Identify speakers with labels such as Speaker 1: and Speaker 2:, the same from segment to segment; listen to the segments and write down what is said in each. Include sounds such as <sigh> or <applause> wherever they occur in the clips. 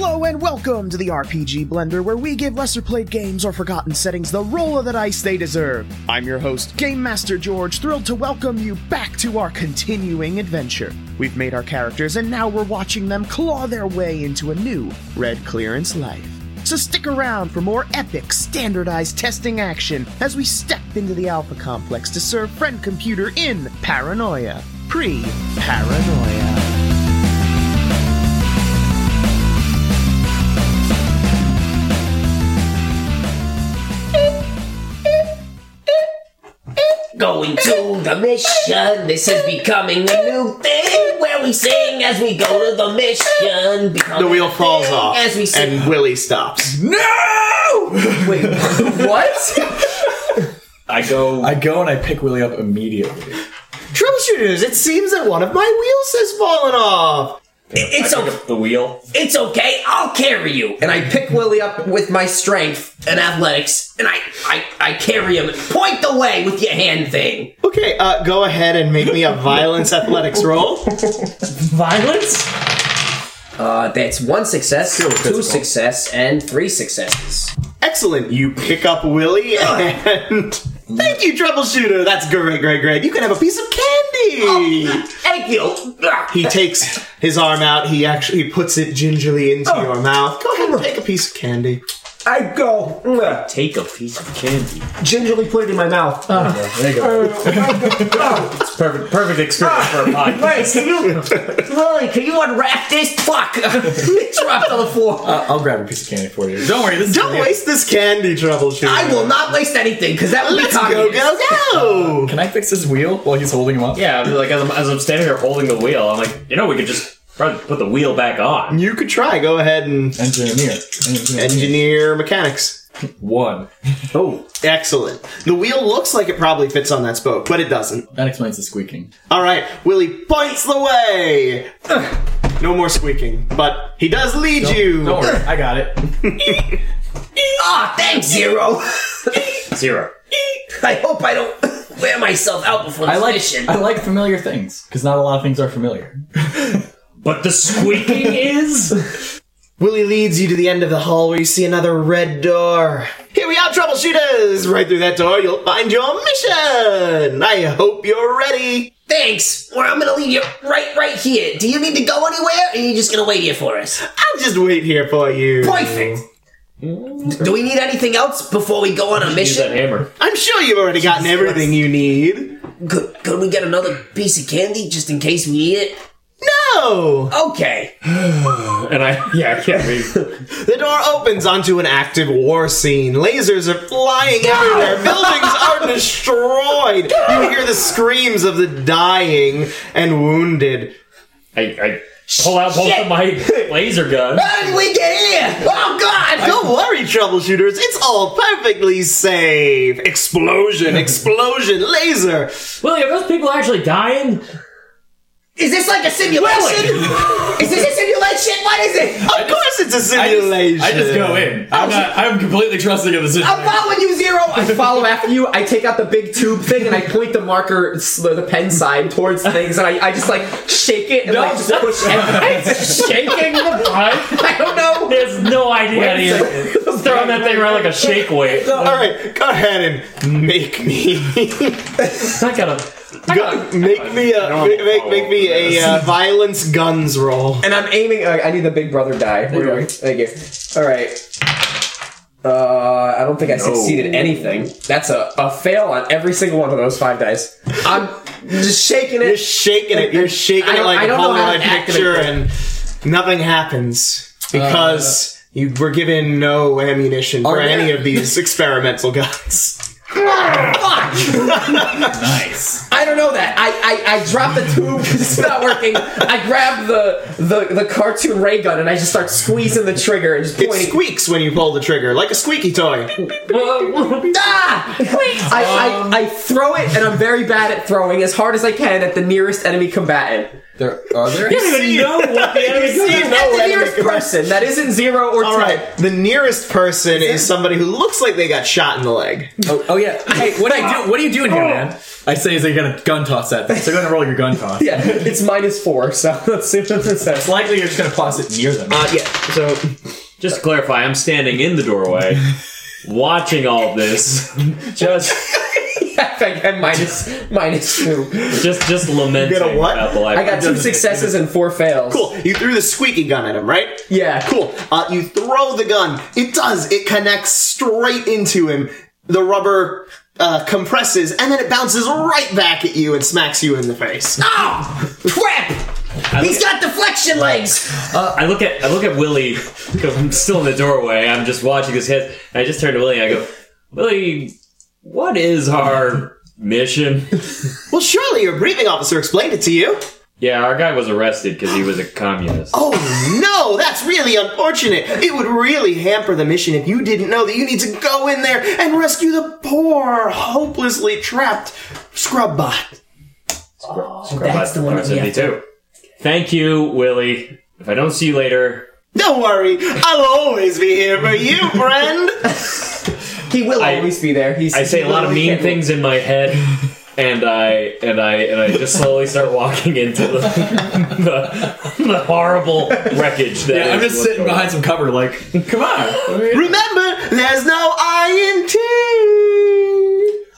Speaker 1: Welcome to the RPG Blender, where we give lesser played games or forgotten settings the roll of the dice they deserve. I'm your host, Game Master George, thrilled to welcome you back to our continuing adventure. We've made our characters, and now we're watching them claw their way into a new red clearance life. So stick around for more epic, standardized testing action as we step into the Alpha Complex to serve Friend Computer in Paranoia. Pre Paranoia.
Speaker 2: Going to the mission. This is becoming a new thing where we sing as we go to the mission. Becoming
Speaker 3: The wheel
Speaker 2: a
Speaker 3: falls
Speaker 2: thing
Speaker 3: off,
Speaker 2: Oh, As we sing.
Speaker 3: and Willie stops.
Speaker 2: Wait, what?
Speaker 4: I go.
Speaker 5: I go and I pick Willie up immediately.
Speaker 3: Troubleshooters, it seems that one of my wheels has fallen off.
Speaker 2: It's,
Speaker 4: I pick
Speaker 2: o-
Speaker 4: up the wheel.
Speaker 2: it's okay. I'll carry you. And I pick Willie up with my strength and athletics, and I, I, I carry him. Point the way with your hand thing.
Speaker 3: Okay, uh, go ahead and make me a violence athletics roll.
Speaker 5: Violence?
Speaker 2: Uh, that's one success,
Speaker 5: Still
Speaker 2: two
Speaker 5: physical.
Speaker 2: success, and three successes.
Speaker 3: Excellent. You pick up Willie and. Thank you, Troubleshooter. That's great, great, great. You can have a piece of candy.
Speaker 2: Thank you.
Speaker 3: He takes his arm out. He actually puts it gingerly into your mouth. Go ahead and take a piece of candy.
Speaker 5: I go. "Mwah."
Speaker 4: Take a piece of candy.
Speaker 5: Gingerly put it in my mouth. there you go. it's perfect, perfect experience
Speaker 3: <laughs>
Speaker 5: for a podcast.
Speaker 2: Wait, can you, Lily, can you unwrap this? Fuck! <laughs> it dropped on the floor.
Speaker 5: Uh, I'll grab a piece of candy for you. Don't worry, this
Speaker 3: Don't
Speaker 5: is
Speaker 3: waste this candy, Troubleshooter.
Speaker 2: I
Speaker 4: uh,
Speaker 2: will not waste anything because that would be
Speaker 3: Let's go,
Speaker 2: communist.
Speaker 3: go, go.
Speaker 5: Can I fix his wheel while he's holding him up?
Speaker 4: Yeah, like as I'm, as I'm standing here holding the wheel, I'm like, you know, we could just probably put the wheel back on.
Speaker 3: You could try. Go ahead and
Speaker 5: Engineer. Engineer.
Speaker 3: engineer mechanics.
Speaker 5: One.
Speaker 4: Oh,
Speaker 3: Excellent. The wheel looks like it probably fits on that spoke, but it doesn't.
Speaker 5: That explains the squeaking.
Speaker 3: All right, Willie points the way. <sighs> Ugh. No more squeaking, but he does lead you.
Speaker 5: Don't worry, I got it.
Speaker 2: Ah, thanks, Zero.
Speaker 4: <laughs> zero.
Speaker 2: I hope I don't wear myself out before the
Speaker 5: I like
Speaker 2: mission.
Speaker 5: I like familiar things because not a lot of things are familiar.
Speaker 4: But the squeaking is.
Speaker 3: Willie leads you to the end of the hall where you see another red door. Here we are, troubleshooters! Right through that door, you'll find your mission! I hope you're ready!
Speaker 2: Thanks. Well, I'm gonna leave you right, right here. Do you need to go anywhere, or are you just gonna wait here for us?
Speaker 3: I'll just wait here for you.
Speaker 2: Perfect. Do we need anything else before we go on a
Speaker 4: Mm-hmm. Use that
Speaker 2: mission?
Speaker 4: hammer.
Speaker 3: I'm sure you've already gotten everything you need.
Speaker 2: Could, could we get another piece of candy just in case we eat it?
Speaker 3: No!
Speaker 2: Okay.
Speaker 4: And I, yeah, yeah.
Speaker 3: The door opens onto an active war scene. Lasers are flying everywhere. Buildings are destroyed. You hear the screams of the dying and wounded.
Speaker 4: I, I pull out both
Speaker 2: Shit.
Speaker 4: of my <laughs> laser guns.
Speaker 2: How did we get here? Oh God!
Speaker 3: Don't worry, troubleshooters. It's all perfectly safe. <laughs> Explosion, explosion, laser.
Speaker 4: Willie, are those people actually dying?
Speaker 2: Is this like a simulation? is this a simulation? What is it?
Speaker 3: Of course, it's a
Speaker 5: I just,
Speaker 3: simulation.
Speaker 5: I just go in. I'm, not, I'm completely trusting of the system.
Speaker 2: I'm following you, Zero.
Speaker 6: I follow after you. I take out the big tube thing and I point the marker, s- the pen sign towards things, and I, I just like shake it and like just push. it.
Speaker 4: Shaking the pipe?
Speaker 6: I don't know.
Speaker 4: There's no idea. how to use it. Just throwing that thing around like a shake weight.
Speaker 3: All right, go ahead and make
Speaker 5: <laughs>
Speaker 3: me
Speaker 4: I gotta. I
Speaker 3: go,
Speaker 4: gotta
Speaker 3: make me a make, make, make me a uh, violence guns roll.
Speaker 6: And I'm aiming. Uh, I need the big brother die. Where do we? Thank you. All right. Uh, I don't think I succeeded anything. That's a, a fail on every single one of those five dice. I'm just shaking
Speaker 3: You're
Speaker 6: it.
Speaker 3: shaking it. You're shaking
Speaker 6: I
Speaker 3: it
Speaker 6: don't- I
Speaker 3: like a
Speaker 6: don't know how to
Speaker 3: Polaroid
Speaker 6: activate
Speaker 3: picture,
Speaker 6: that.
Speaker 3: and nothing happens because
Speaker 5: Uh,
Speaker 3: you were given no ammunition for
Speaker 6: Oh, yeah.
Speaker 3: any of these <laughs> experimental guns.
Speaker 6: I don't know that. I I, I drop the tube <laughs> 'cause it's not working. I grab the, the the cartoon ray gun and I just start squeezing the trigger and just
Speaker 3: It
Speaker 6: pointing.
Speaker 3: squeaks when you pull the trigger, like a squeaky toy.
Speaker 6: Ah!
Speaker 3: Um,
Speaker 6: I, I, I throw it, and I'm very bad at throwing as hard as I can at the nearest enemy combatant.
Speaker 5: There are there.
Speaker 4: I don't even know what the enemy
Speaker 3: see
Speaker 4: is.
Speaker 3: No
Speaker 6: at the
Speaker 3: enemy
Speaker 6: nearest
Speaker 3: combatant.
Speaker 6: person that isn't zero or
Speaker 3: All
Speaker 6: ten.
Speaker 3: right, the nearest person is somebody who looks like they got shot in the leg.
Speaker 5: Oh, oh yeah. Hey, what I do? What are you doing here, man? I say is they're gonna gun toss that thing. So they're gonna roll your gun toss.
Speaker 6: Yeah, it's minus four, so <laughs> let's see what this says.
Speaker 5: It's likely you're just gonna toss it near them.
Speaker 3: Uh, yeah. So
Speaker 4: Just to clarify, I'm standing in the doorway, watching all this, just
Speaker 6: <laughs> I think I'm minus minus two.
Speaker 4: just just lamenting
Speaker 3: You get a what?
Speaker 4: about the life.
Speaker 6: I got two successes and four fails.
Speaker 3: Cool. You threw the squeaky gun at him, right?
Speaker 6: Yeah.
Speaker 3: Cool. Uh, you throw the gun. It does. It connects straight into him. The rubber uh, compresses, and then it bounces right back at you and smacks you in the face.
Speaker 2: Oh, crap! He's got deflection
Speaker 5: <laughs>
Speaker 2: legs.
Speaker 4: I look at I look at Willie because I'm still in the doorway. I'm just watching his head. And I just turn to Willie. and I go, Willie, what is our mission?
Speaker 3: Well, surely your briefing officer explained it to you.
Speaker 4: Yeah, our guy was arrested because he was a communist.
Speaker 3: Oh no, that's really unfortunate. It would really hamper the mission if you didn't know that you need to go in there and rescue the poor, hopelessly trapped scrub bot.
Speaker 2: That's the one that we have to.
Speaker 4: Thank you, Willie. If I don't see you later,
Speaker 3: Don't worry, I'll always be here for <laughs> you, friend.
Speaker 6: He will
Speaker 4: I-
Speaker 6: always be there. He's,
Speaker 4: I say a lot of mean things in my head, and I and I and I just slowly start walking into the <laughs> the, the horrible wreckage. That
Speaker 5: Yeah, I'm
Speaker 4: is
Speaker 5: just
Speaker 4: what's
Speaker 5: sitting
Speaker 4: going on.
Speaker 5: behind some cover, like, come on.
Speaker 3: Remember, there's no INT.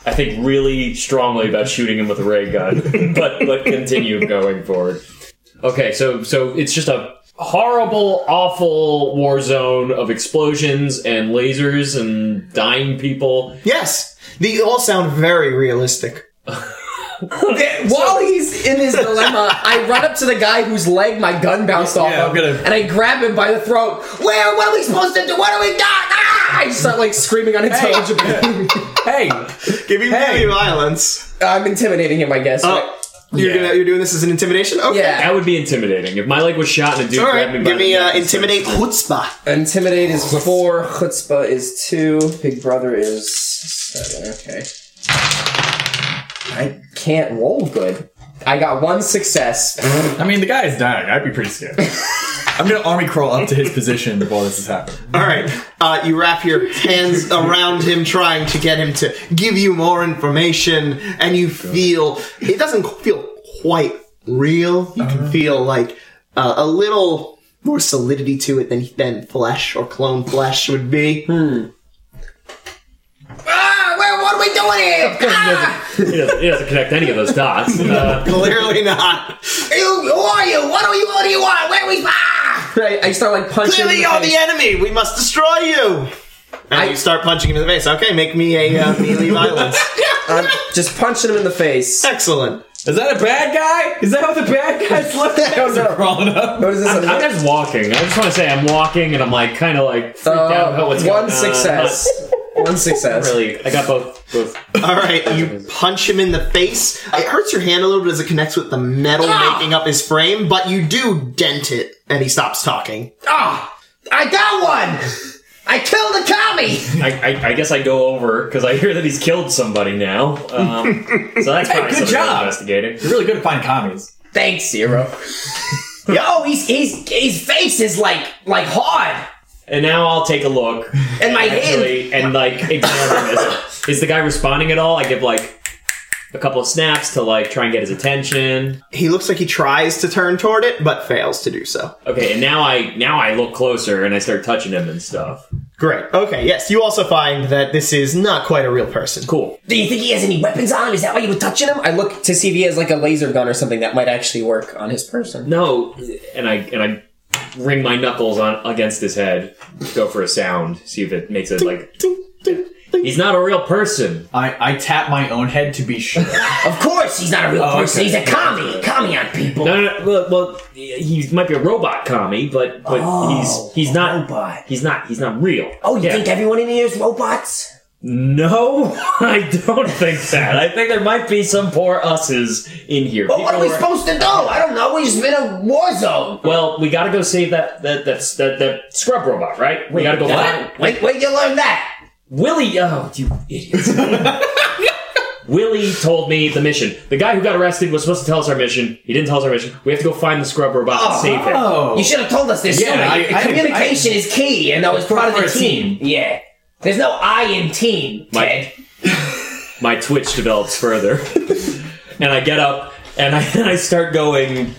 Speaker 4: I think really strongly about shooting him with a ray
Speaker 3: <laughs>
Speaker 4: gun, but but continue going forward. Okay, so so it's just a horrible, awful war zone of explosions and lasers and dying people.
Speaker 3: Yes, they all sound very realistic.
Speaker 6: Okay, while he's in
Speaker 5: <laughs>
Speaker 6: his dilemma, I run up to the guy whose leg my gun bounced off
Speaker 5: Yeah,
Speaker 6: of,
Speaker 5: I'm gonna-
Speaker 6: and I grab him by the throat. Where? What are we supposed to do? What are we doing? Ah! I just start like screaming unintelligibly. <laughs>
Speaker 5: hey,
Speaker 3: Giving
Speaker 5: Hey.
Speaker 3: heavy violence.
Speaker 6: I'm intimidating him, I guess.
Speaker 3: Oh, you're
Speaker 5: Yeah.
Speaker 3: gonna, you're doing this as an intimidation. Okay.
Speaker 6: Yeah.
Speaker 4: That would be intimidating. If my leg was shot and a dude
Speaker 3: All
Speaker 4: grabbed me
Speaker 3: right.
Speaker 4: by
Speaker 3: Give
Speaker 4: the
Speaker 3: me
Speaker 4: neck
Speaker 3: uh,
Speaker 4: and said,
Speaker 3: intimidate chutzpah.
Speaker 6: Intimidate is four, chutzpah is two, Big Brother is seven. Okay. I can't roll good. I got one success.
Speaker 5: I mean, the guy's dying. I'd be pretty scared. I'm gonna army crawl up to his position while this is happening.
Speaker 3: All right. Uh, you wrap your hands around him, trying to get him to give you more information, and you feel it doesn't feel quite real. You can feel like uh, a little more solidity to it than than flesh or clone flesh would be.
Speaker 2: Ah, where, what are we doing here? Ah,
Speaker 4: <laughs> he, doesn't, he doesn't connect any of those
Speaker 3: <laughs>
Speaker 4: dots. Uh,
Speaker 3: Clearly not.
Speaker 2: you, who are you? What are you? What do you want? Where are we? Ah!
Speaker 6: I, I start like punching.
Speaker 3: Clearly,
Speaker 6: him in
Speaker 3: you're
Speaker 6: the
Speaker 3: the
Speaker 6: face.
Speaker 3: enemy. We must destroy you. And you start punching him in the face. Okay, make me a uh, melee violence.
Speaker 6: I'm just punching him in the face.
Speaker 3: Excellent.
Speaker 5: Is that a bad guy? Is that how the bad
Speaker 6: <laughs>
Speaker 5: guys look? Those are crawling up.
Speaker 6: What is this? a-
Speaker 4: I'm just walking. I just want to say I'm walking and I'm like kind of like freaked out
Speaker 6: Uh,
Speaker 4: about what's
Speaker 6: one
Speaker 4: going <laughs>
Speaker 6: success. One
Speaker 4: on.
Speaker 6: success.
Speaker 4: Really, I got both. both.
Speaker 3: All right, you punch him in the face. It hurts your hand a little bit as it connects with the metal making up his frame, but you do dent it, and he stops talking.
Speaker 2: Ah! I got one. I killed a
Speaker 6: <laughs>
Speaker 2: commie.
Speaker 4: I, I, I guess I go over because I hear that he's killed somebody now. Um, so
Speaker 5: <laughs>
Speaker 4: that's probably
Speaker 5: good
Speaker 4: something
Speaker 5: job.
Speaker 4: I'm investigating.
Speaker 5: You're really good at finding commies.
Speaker 2: Thanks, Zero. <laughs> Yo, he's he's his face is like like hard,
Speaker 4: And now I'll take a look
Speaker 2: and my hand.
Speaker 4: actually, and like examine this. Is the guy responding at all? I give like a couple of snaps to like try and get his attention.
Speaker 3: He looks like he tries to turn toward it, but fails to do so.
Speaker 4: Okay, and now I now I look closer and I start touching him and stuff.
Speaker 3: Great. Okay, yes, you also find that this is not quite a real person.
Speaker 4: Cool.
Speaker 2: Do you think he has any weapons on him? Is that why you were touching him?
Speaker 6: I look to see if he has like a laser gun or something that might actually work on his person.
Speaker 4: No, and I and I ring my knuckles on against his head. Go for a sound. See if it makes it like. He's not a real person.
Speaker 5: I, I tap my own head to be sure.
Speaker 2: Of course, he's not a real
Speaker 5: Oh,
Speaker 2: person.
Speaker 5: okay.
Speaker 2: He's a commie. Commie on people.
Speaker 4: No, no, no, well, well, he might be a robot commie, but but he's he's not
Speaker 2: Oh, robot.
Speaker 4: He's not he's not real.
Speaker 2: Oh, you
Speaker 4: Yeah.
Speaker 2: think everyone in here is robots?
Speaker 4: No, <laughs> I don't think that. I think there might be some poor usses in here.
Speaker 2: But what
Speaker 4: People
Speaker 2: Oh, are we
Speaker 4: are-
Speaker 2: supposed to do? I don't know. We just been a war zone.
Speaker 4: well, we gotta go save that that that's that that scrub robot, right? we gotta go find
Speaker 2: What? Wait, wait, you learned that?
Speaker 4: Willie. Oh, you
Speaker 5: <laughs>
Speaker 4: idiots! Willie told me the mission. The guy who got arrested was supposed to tell us our mission. He didn't tell us our mission. We have to go find the scrub robot and save him.
Speaker 5: Oh.
Speaker 2: You should have told us this.
Speaker 5: Yeah,
Speaker 2: sooner.
Speaker 5: I- I-
Speaker 2: communication is key, and that was part of the
Speaker 5: We're a
Speaker 2: team.
Speaker 5: team.
Speaker 2: Yeah, there's no I in team.
Speaker 4: My-
Speaker 2: Ted.
Speaker 5: <laughs>
Speaker 4: my <laughs> twitch develops further and i get up and i, and I start going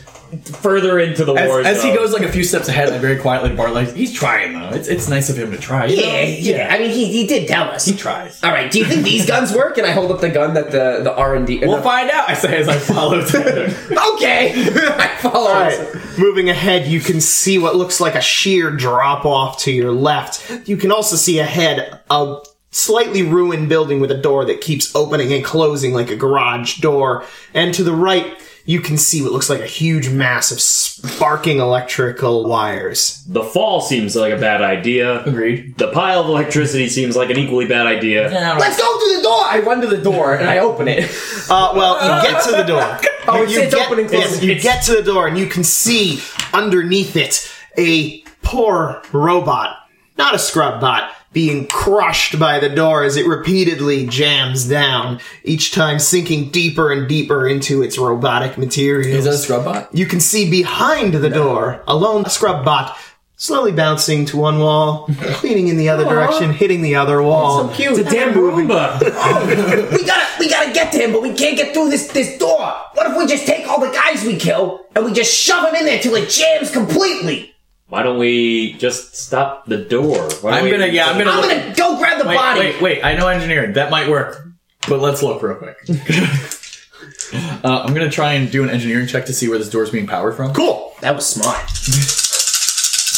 Speaker 4: further into the war
Speaker 5: As, as
Speaker 4: zone.
Speaker 5: he goes like a few steps ahead, like very quietly, Bart like he's trying though. It's it's nice of him to try. you
Speaker 2: Yeah,
Speaker 5: know?
Speaker 2: yeah. I mean, he, he did tell us.
Speaker 5: He tries.
Speaker 2: All right. Do you think these guns work?
Speaker 6: Can I hold up the gun that the the R and D?
Speaker 2: uh,
Speaker 5: We'll find out. I say as I follow Tanner.
Speaker 2: <laughs>
Speaker 6: Okay, I follow.
Speaker 3: All right. Moving ahead, you can see what looks like a sheer drop off to your left. You can also see ahead a slightly ruined building with a door that keeps opening and closing like a garage door. And to the right, you can see what looks like a huge mass of sparking electrical wires.
Speaker 4: the fall seems like a bad idea.
Speaker 5: Agreed.
Speaker 4: The pile of electricity seems like an equally bad idea.
Speaker 6: Let's go through the door. I run to the door and I open it.
Speaker 3: Uh, well, you get to the door.
Speaker 6: Oh, it's, it's
Speaker 3: get,
Speaker 6: open and
Speaker 3: yes,
Speaker 6: closed.
Speaker 3: you get to the door and you can see underneath it a poor robot, not a scrub bot, being crushed by the door as it repeatedly jams down, each time sinking deeper and deeper into its robotic
Speaker 5: Is
Speaker 3: materials.
Speaker 5: that a scrub bot?
Speaker 3: you can see behind the door a lone scrub bot slowly bouncing to
Speaker 5: <laughs>
Speaker 3: one wall, cleaning in the other direction, hitting the other wall.
Speaker 6: Cute.
Speaker 4: The damn Roomba.
Speaker 2: We gotta we gotta get to him, but we can't get through this this door. What if we just take all the guys we kill and we just shove him in there till it jams completely?
Speaker 4: Why don't we just stop the door? Why don't
Speaker 5: I'm
Speaker 4: we-
Speaker 5: gonna yeah. I'm gonna.
Speaker 2: I'm
Speaker 5: look-
Speaker 2: gonna go grab the
Speaker 5: wait,
Speaker 2: body.
Speaker 5: wait, wait. I know engineering. That might work, but let's look real quick. <laughs> uh, I'm gonna try and do an engineering check to see where this door's being powered from.
Speaker 2: Cool. That was smart.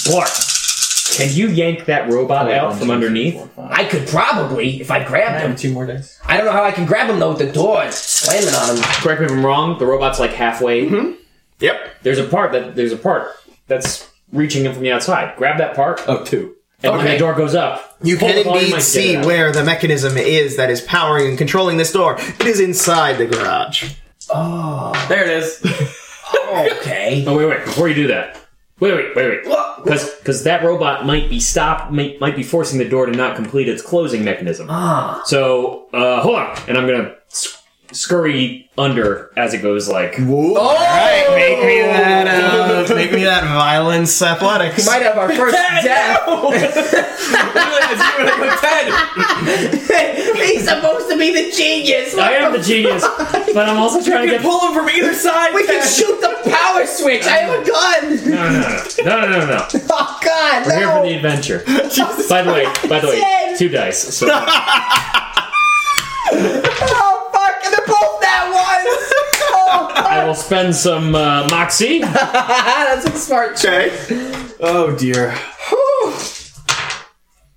Speaker 4: Bart, can you yank that
Speaker 5: Oh,
Speaker 4: robot out from underneath?
Speaker 2: I could probably if I grabbed him.
Speaker 6: two more days.
Speaker 2: I don't know how I can grab him though with the door slamming on him.
Speaker 4: Correct me if I'm wrong. The robot's like halfway.
Speaker 3: Yep.
Speaker 4: There's a part that there's a part that's reaching in from the outside. Grab that part,
Speaker 5: Oh, two.
Speaker 4: and when
Speaker 2: okay.
Speaker 4: the door goes up.
Speaker 3: You
Speaker 4: pull
Speaker 3: can
Speaker 4: the volume, I
Speaker 3: indeed
Speaker 4: get
Speaker 3: see
Speaker 4: it out.
Speaker 3: where the mechanism is that is powering and controlling this door. It is inside the garage.
Speaker 5: There it is. <laughs>
Speaker 2: Okay.
Speaker 4: Oh wait, wait! Before you do that, wait, wait, wait, wait. Because because that robot might be stopped, might, might be forcing the door to not complete its closing mechanism. Ah. So uh, hold on, and I'm gonna sc- scurry under as it goes like.
Speaker 3: Alright, make me that uh, make me that violence athletics.
Speaker 6: Might have our
Speaker 4: <laughs>
Speaker 5: <laughs>
Speaker 6: first death.
Speaker 2: <laughs> He's supposed to be the genius.
Speaker 4: I am the genius, but I'm also trying to get.
Speaker 5: Pull him from either side.
Speaker 2: We can shoot the power switch. I have a gun. <laughs>
Speaker 4: No, no, no, no, no, no, no.
Speaker 2: Oh God,
Speaker 4: We're here
Speaker 2: no.
Speaker 4: for the adventure.
Speaker 2: <laughs>
Speaker 4: by the way, by the way,
Speaker 2: Ten.
Speaker 4: two dice. So
Speaker 2: <laughs> Oh fuck! They're both that ones. Oh,
Speaker 4: I will spend some uh, moxie.
Speaker 2: that's a smart.
Speaker 3: Okay.
Speaker 5: Oh dear.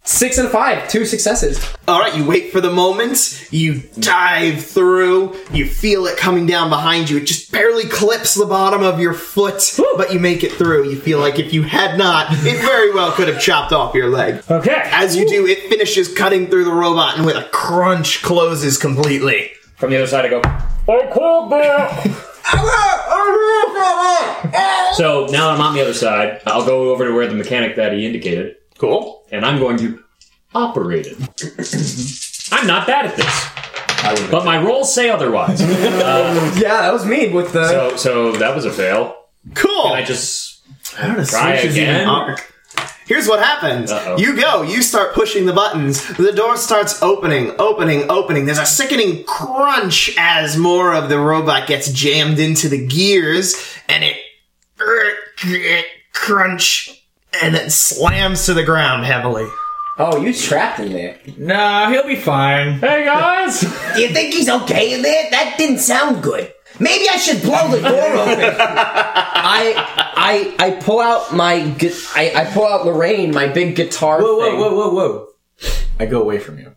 Speaker 6: Six and five. Two successes.
Speaker 3: Alright, you wait for the moment, you dive through, you feel it coming down behind you. It just barely clips the bottom of your foot, but you make it through. You feel like if you had not, it very well could have chopped off your leg.
Speaker 4: Okay.
Speaker 3: As you do, it finishes cutting through the robot and with a crunch closes completely.
Speaker 4: From the other side, I go. I called back. So now I'm on the other side. I'll go over to where the mechanic that he indicated,
Speaker 3: Cool.
Speaker 4: and I'm going to operate it. I'm not bad at this, but my rolls
Speaker 2: <laughs>
Speaker 4: say otherwise.
Speaker 6: Yeah, that was me with the.
Speaker 4: so, so that was a fail.
Speaker 3: Cool.
Speaker 4: I just
Speaker 5: I don't
Speaker 4: try again.
Speaker 3: Mark. Here's what happens.
Speaker 4: Uh-oh.
Speaker 3: You go, you start pushing the buttons, the door starts opening, opening, opening. There's a sickening crunch as more of the robot gets jammed into the gears, and it crunch and then slams to the ground heavily.
Speaker 6: Oh, you trapped in there.
Speaker 5: Nah, he'll be fine.
Speaker 4: Hey guys!
Speaker 2: Do you think he's okay in there? That didn't sound good. Maybe I should blow the
Speaker 5: <laughs>
Speaker 2: door open.
Speaker 6: I I I pull out my gu- I, I pull out Lorraine, my big guitar.
Speaker 5: Whoa, whoa,
Speaker 6: thing.
Speaker 5: whoa, whoa, Oh, whoa. I go away from you.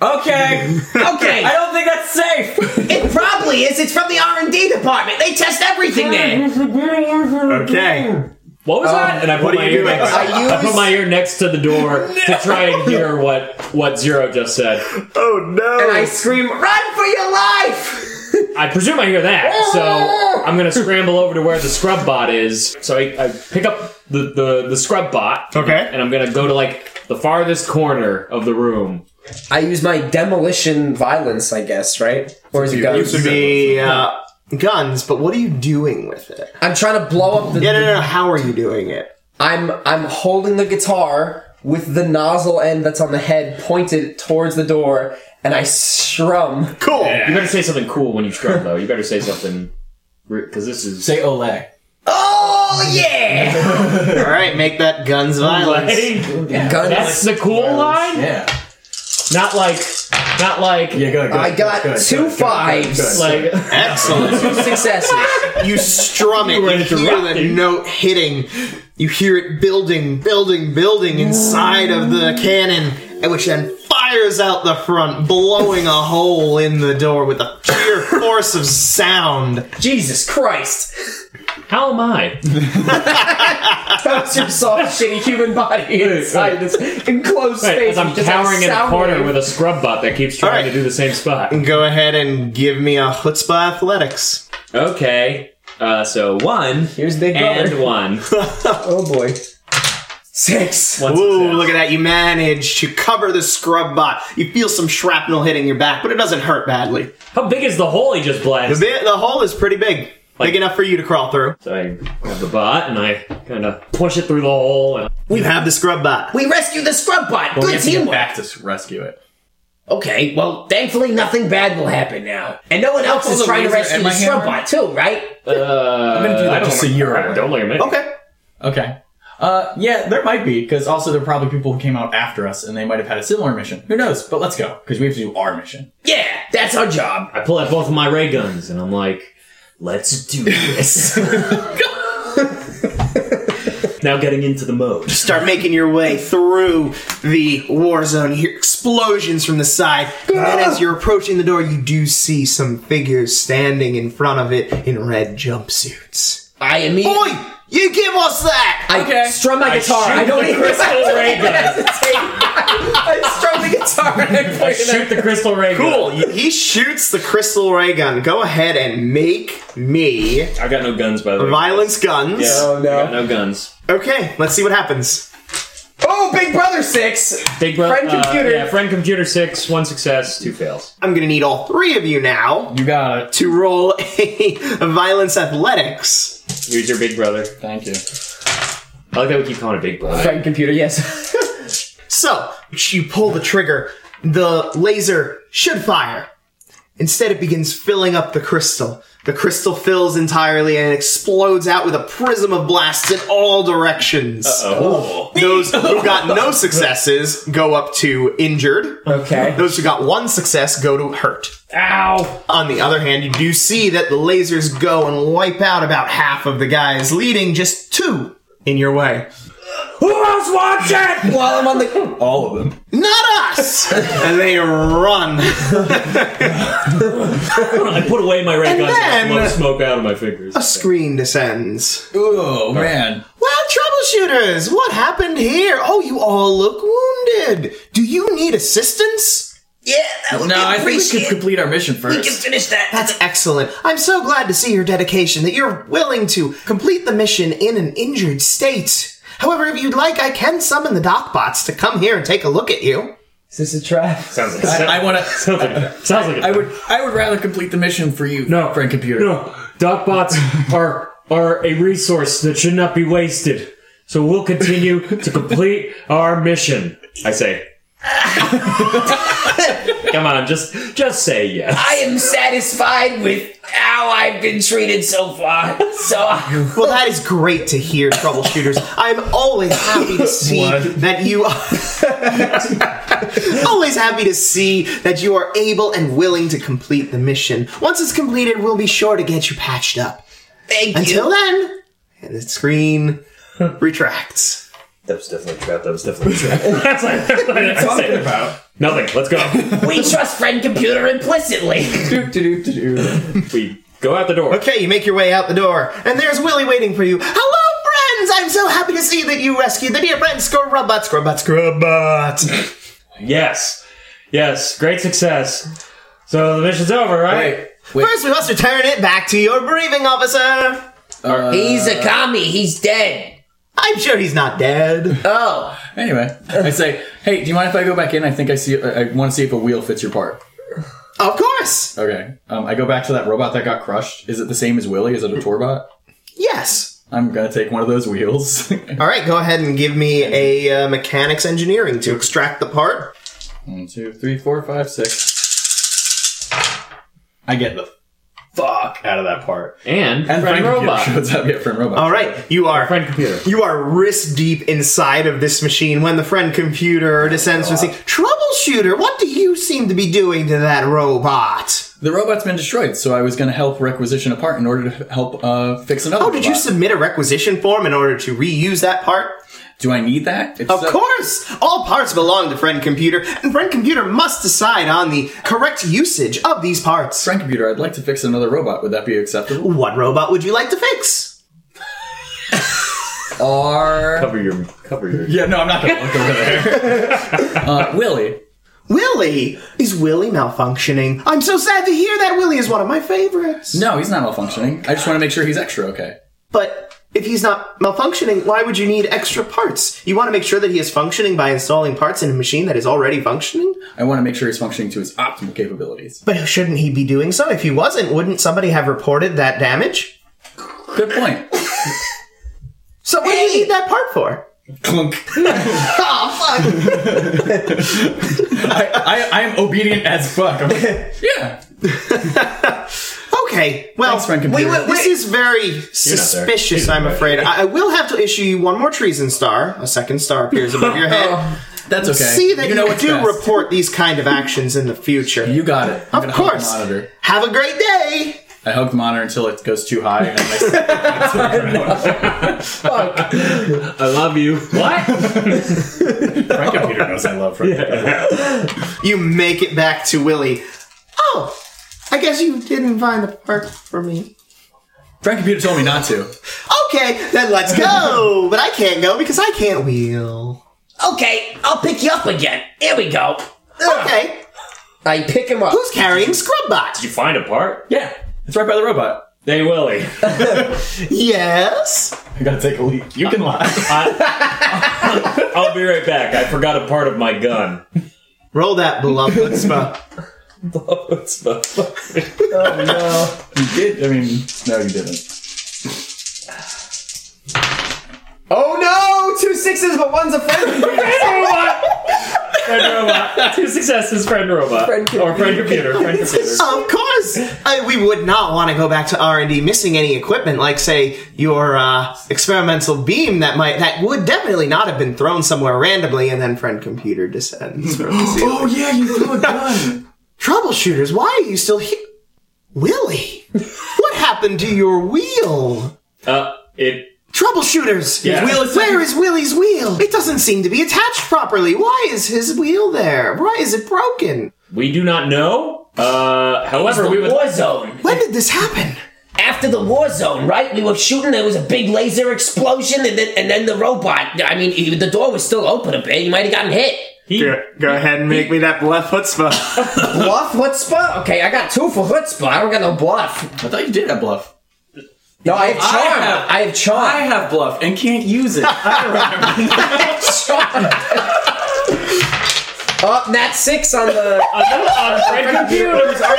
Speaker 5: Okay.
Speaker 2: Okay,
Speaker 5: I don't think that's safe.
Speaker 2: it probably is. It's from the R and D department. They test everything there.
Speaker 5: <laughs>
Speaker 3: Okay.
Speaker 4: What was that? And I put
Speaker 3: what are
Speaker 4: my
Speaker 3: you
Speaker 4: ear.
Speaker 3: doing?
Speaker 4: Next,
Speaker 6: I use
Speaker 4: I put my ear next to the door to try and hear what what Zero just said.
Speaker 3: Oh no.
Speaker 6: and I scream.
Speaker 2: Run for your life.
Speaker 4: I presume I hear that, so I'm gonna scramble over to where the scrub bot is. So I, I pick up the, the, the scrub bot.
Speaker 3: Okay.
Speaker 4: And I'm gonna go to like the farthest corner of the room.
Speaker 6: I use my demolition violence, I guess, right? Or is it guns?
Speaker 3: Used to be uh, guns, but what are you doing with it?
Speaker 6: I'm trying to blow up the.
Speaker 3: Yeah, no, no, no. How are you doing it?
Speaker 6: I'm I'm holding the guitar with the nozzle end that's on the head pointed towards the door, and I strum.
Speaker 3: Cool.
Speaker 4: You better say something cool when you scrub, though. You better say something because this is
Speaker 5: Say Olay.
Speaker 2: Oh yeah!
Speaker 3: All right, make that guns
Speaker 4: <laughs>
Speaker 3: violence.
Speaker 2: Guns.
Speaker 4: That's the cool line.
Speaker 5: Yeah.
Speaker 4: Not like, not like,
Speaker 5: Yeah, good, good.
Speaker 2: I got
Speaker 5: good, good,
Speaker 2: two
Speaker 5: good, good,
Speaker 2: fives.
Speaker 5: good, good.
Speaker 4: like.
Speaker 3: Excellent.
Speaker 2: Successes.
Speaker 6: <laughs>
Speaker 3: You strum it. You,
Speaker 4: were
Speaker 3: hear the
Speaker 4: interrupting.
Speaker 3: note hitting. You hear it building, building, building inside of the cannon, and which then fires out the front, blowing a hole in the door with the sheer force of sound.
Speaker 2: Jesus Christ!
Speaker 4: How am I?
Speaker 6: That's your soft, shitty human body inside this enclosed
Speaker 4: Right,
Speaker 6: space.
Speaker 4: as I'm
Speaker 6: Just like
Speaker 4: cowering in a
Speaker 6: sound
Speaker 4: corner
Speaker 6: wave.
Speaker 4: with a scrub bot that keeps trying
Speaker 3: Alright.
Speaker 4: to do the same spot.
Speaker 3: Go ahead and give me a chutzpah athletics.
Speaker 4: Okay. Uh, so one
Speaker 6: Here's Big
Speaker 4: and
Speaker 6: Brother. <laughs>
Speaker 4: one.
Speaker 6: Oh boy. Six.
Speaker 4: One
Speaker 3: Ooh,
Speaker 4: success.
Speaker 3: look at that. You manage to cover the scrub bot. You feel some shrapnel hitting your back, but it doesn't hurt badly.
Speaker 4: How big is the hole he just
Speaker 3: The,
Speaker 4: blasted?
Speaker 3: bit, the hole is pretty big.
Speaker 4: Like-
Speaker 3: big enough for you to crawl through.
Speaker 4: So I grab the bot and I kind of push it through the hole. And
Speaker 3: You have the scrub bot.
Speaker 2: We rescued the scrub bot.
Speaker 5: Well, we
Speaker 2: Good
Speaker 5: have to get
Speaker 2: teamwork.
Speaker 5: back to rescue it.
Speaker 2: Okay, well, thankfully nothing bad will happen now, and no one else
Speaker 5: pull
Speaker 2: is
Speaker 5: the
Speaker 2: trying to
Speaker 5: laser
Speaker 2: rescue
Speaker 5: and
Speaker 2: the
Speaker 5: my
Speaker 2: scrub
Speaker 5: hammer.
Speaker 2: bot too, right?
Speaker 4: uh,
Speaker 5: gonna do that
Speaker 4: I don't
Speaker 5: just so
Speaker 4: look-
Speaker 5: you're aware.
Speaker 4: Don't look at me.
Speaker 3: Okay.
Speaker 5: Okay. Uh, yeah, there might be because also there are probably people who came out after us and they might have had a similar mission. Who knows? But let's go because we have to do our mission.
Speaker 2: Yeah, that's our job.
Speaker 4: I pull out both of my ray guns and I'm like, let's
Speaker 3: <laughs>
Speaker 4: do this. <laughs> now getting into the mode.
Speaker 3: Start making your way through the war zone. You hear explosions from the side. And then
Speaker 5: Ah.
Speaker 3: as you're approaching the door, you do see some figures standing in front of it in red jumpsuits.
Speaker 2: I immediately
Speaker 5: Oh,
Speaker 3: Boy, you give us that!
Speaker 2: I strum my guitar. I, don't
Speaker 4: the
Speaker 2: even
Speaker 4: crystal ray gun.
Speaker 2: I strum the guitar and I play
Speaker 4: I shoot the crystal ray gun.
Speaker 3: Cool. You- He shoots the crystal ray gun. Go ahead and make me
Speaker 4: I got no guns, by the way.
Speaker 3: violence guns.
Speaker 4: Yeah,
Speaker 6: Oh, no.
Speaker 4: I got no guns.
Speaker 3: Okay, let's see what happens.
Speaker 6: Oh, Big Brother six.
Speaker 4: Big brother.
Speaker 6: Friend computer.
Speaker 4: yeah, friend computer six. One success, two fails.
Speaker 3: I'm gonna need all three of you now
Speaker 5: You got it.
Speaker 3: to roll <laughs> a violence athletics.
Speaker 4: Here's your big brother.
Speaker 5: Thank you.
Speaker 4: I like that we keep calling it big brother.
Speaker 6: Friend computer, yes.
Speaker 3: So, you pull the trigger, the laser should fire. Instead, it begins filling up the crystal. The crystal fills entirely and explodes out with a prism of blasts in all directions.
Speaker 4: Oh.
Speaker 3: Those who got no successes go up to injured.
Speaker 6: Okay.
Speaker 3: Those who got one success go to hurt.
Speaker 4: Ow!
Speaker 3: On the other hand, you do see that the lasers go and wipe out about half of the guys, leading just two in your way.
Speaker 4: Who else wants it?
Speaker 6: While I'm on the
Speaker 5: All of them.
Speaker 3: Not us! and they run.
Speaker 4: <laughs> I put away my ray
Speaker 3: And
Speaker 4: guns and
Speaker 3: then-
Speaker 4: blow smoke out of my fingers.
Speaker 3: A screen descends.
Speaker 5: Oh man.
Speaker 3: Well, troubleshooters, what happened here? Oh, you all look wounded. Do you need assistance?
Speaker 2: Yeah, that would
Speaker 5: No,
Speaker 2: be
Speaker 5: I think we
Speaker 2: appreciated.
Speaker 5: should complete our mission
Speaker 2: we can
Speaker 5: first.
Speaker 2: finish that.
Speaker 3: That's excellent. I'm so glad to see your dedication that you're willing to complete the mission in an injured state. However, if you'd like, I can summon the DocBots to come here and take a look at you.
Speaker 6: Is this a trap?
Speaker 4: Sounds like
Speaker 5: I, I want to.
Speaker 4: <laughs> sounds like a- sounds like a-
Speaker 5: I would. I would rather complete the mission for you.
Speaker 4: No.
Speaker 5: friend computer.
Speaker 4: No, <laughs> DocBots are are a resource that should not be wasted. So we'll continue to complete our mission. I say. <laughs> Come on, just just say yes.
Speaker 2: I am satisfied with how I've been treated so far. So uh, I,
Speaker 3: Well, that is great to hear, troubleshooters. I'm always happy to see that you are. <laughs> always happy to see that you are able and willing to complete the mission. Once it's completed, we'll be sure to get you patched up.
Speaker 2: thank
Speaker 3: Until
Speaker 2: you.
Speaker 3: then, and the screen retracts.
Speaker 4: That was definitely a trap. That was definitely a trap. <laughs> That's like, that's what I said. Nothing. Let's <laughs> go.
Speaker 2: We trust friend computer implicitly.
Speaker 4: we go out the door.
Speaker 3: Okay, you make your way out the door, and there's Willy waiting for you. Hello, friends! I'm so happy to see that you rescued the dear friend Scrubbot, Scrubbot, Scrubbot.
Speaker 4: Yes, yes, great success. So the mission's over, right?
Speaker 5: Wait. Wait.
Speaker 3: First, we must return it back to your breathing officer.
Speaker 2: He's a commie. He's dead.
Speaker 3: I'm sure he's not dead.
Speaker 2: Oh,
Speaker 5: <laughs> Anyway, I say, hey, do you mind if I go back in? I think I see. I want to see if a wheel fits your part.
Speaker 3: Of course.
Speaker 5: Okay. Um, I go back to that robot that got crushed. Is it the same as Willy? Is it a Torbot?
Speaker 3: Yes.
Speaker 5: I'm gonna take one of those wheels. <laughs>
Speaker 3: All right, go ahead and give me a uh, mechanics engineering to extract the part.
Speaker 5: one, two, three, four, five, six. I get the
Speaker 3: fuck out of that part.
Speaker 4: And,
Speaker 5: And
Speaker 4: friend
Speaker 5: Friend Computer <laughs>
Speaker 4: robot.
Speaker 5: shows up. Yeah, Friend Robot.
Speaker 3: All right, you are
Speaker 4: Friend computer.
Speaker 3: You are wrist deep inside of this machine when the friend computer descends from saying, Troubleshooter, what do you seem to be doing to that robot?
Speaker 5: The robot's been destroyed, so I was going to help requisition a part in order to help uh, fix another.
Speaker 3: Oh, did you
Speaker 5: robot.
Speaker 3: submit a requisition form in order to reuse that part?
Speaker 5: Do I need that? It's
Speaker 3: Of
Speaker 5: a-
Speaker 3: course! All parts belong to friend computer, and friend computer must decide on the correct usage of these parts.
Speaker 5: Friend computer, I'd like to fix another robot. Would that be acceptable?
Speaker 3: What robot would you like to fix?
Speaker 5: Or
Speaker 4: Cover your cover your
Speaker 5: yeah, no, I'm not going to look over there. <laughs> uh, Willie,
Speaker 3: Willy! Is Willy malfunctioning? I'm so sad to hear that Willy is one of my favorites.
Speaker 5: no, he's not malfunctioning. I just want to make sure he's extra okay.
Speaker 3: But if he's not malfunctioning, why would you need extra parts? You want to make sure that he is functioning by installing parts in a machine that is already functioning?
Speaker 5: I want to make sure he's functioning to his optimal capabilities.
Speaker 3: But shouldn't he be doing so? If he wasn't, wouldn't somebody have reported that damage?
Speaker 5: Good point.
Speaker 3: So what do you need that part for?
Speaker 5: Clunk.
Speaker 3: Oh, fuck.
Speaker 5: I, I, I am obedient as fuck. I'm like, yeah.
Speaker 3: <laughs> Okay, well,
Speaker 5: Thanks, friend
Speaker 3: we,
Speaker 5: computer.
Speaker 3: will- this is very suspicious, I'm afraid. I, I will have to issue you one more treason star. A second star appears
Speaker 5: <laughs>
Speaker 3: above your
Speaker 5: Oh.
Speaker 3: head.
Speaker 5: That's okay.
Speaker 3: See that you,
Speaker 5: what's
Speaker 3: do
Speaker 5: best.
Speaker 3: report these kind of actions in the future.
Speaker 5: You got it. I'm
Speaker 3: of
Speaker 5: gonna hug the
Speaker 3: course.
Speaker 5: monitor.
Speaker 3: Have a great day.
Speaker 5: I hug the monitor until it goes too high. And I <laughs>
Speaker 4: I love you. <laughs> What?
Speaker 7: Frank computer knows I love
Speaker 4: <laughs>
Speaker 7: Frank.
Speaker 3: You make it back to Willie. Oh, I guess you didn't find the part for me.
Speaker 5: Frank computer told me not to.
Speaker 3: Okay, then let's
Speaker 5: <laughs>
Speaker 3: go. but I can't go because I can't wheel.
Speaker 2: Okay, I'll pick you up again. Here we go.
Speaker 5: Ah.
Speaker 3: Okay,
Speaker 6: I pick him up.
Speaker 3: who's carrying Scrubbot?
Speaker 4: you find a part?
Speaker 5: Yeah, it's right by the robot.
Speaker 4: Hey Willie.
Speaker 3: Yes.
Speaker 7: I gotta take a leak. You can lie.
Speaker 4: <laughs> I'll be right back. I forgot a part of my gun.
Speaker 3: Roll that beloved chutzpah.
Speaker 5: <laughs> You did. I mean, no, you didn't.
Speaker 6: Oh no! Two sixes, but one's a friend.
Speaker 4: Friend robot. Two successes, friend robot.
Speaker 6: Friend
Speaker 4: or friend computer. Friend computer.
Speaker 3: of course, I, we would not want to go back to R and D missing any equipment, like say your uh, experimental beam that might that would definitely not have been thrown somewhere randomly, and then friend computer descends. from the <laughs> ceiling.
Speaker 5: Oh yeah, you threw a gun.
Speaker 3: Troubleshooters, why are you still here? Willie, what happened to your wheel?
Speaker 4: <laughs> Uh, it
Speaker 3: Troubleshooters,
Speaker 4: Yeah.
Speaker 3: wheel is- where is Willie's wheel? It doesn't seem to be attached properly. Why is his wheel there? Why is it broken?
Speaker 4: we do not know. Uh, however, we
Speaker 2: The
Speaker 4: would
Speaker 2: war zone.
Speaker 3: When did this happen?
Speaker 2: After the war zone, right? We were shooting. There was a big laser explosion, and then and then the robot. I mean, he- the door was still open a bit. You might have gotten hit.
Speaker 7: go ahead and make me that left foot spot.
Speaker 6: Bluff? What spot?
Speaker 2: Okay, I got two for chutzpah. I don't got no bluff.
Speaker 5: I thought you did have bluff.
Speaker 6: No, I have
Speaker 5: I
Speaker 6: charm. I
Speaker 5: have-
Speaker 6: have, charm.
Speaker 5: I have bluff and can't use it.
Speaker 6: Oh, nat six on the
Speaker 4: on uh, friend computer.
Speaker 6: computers are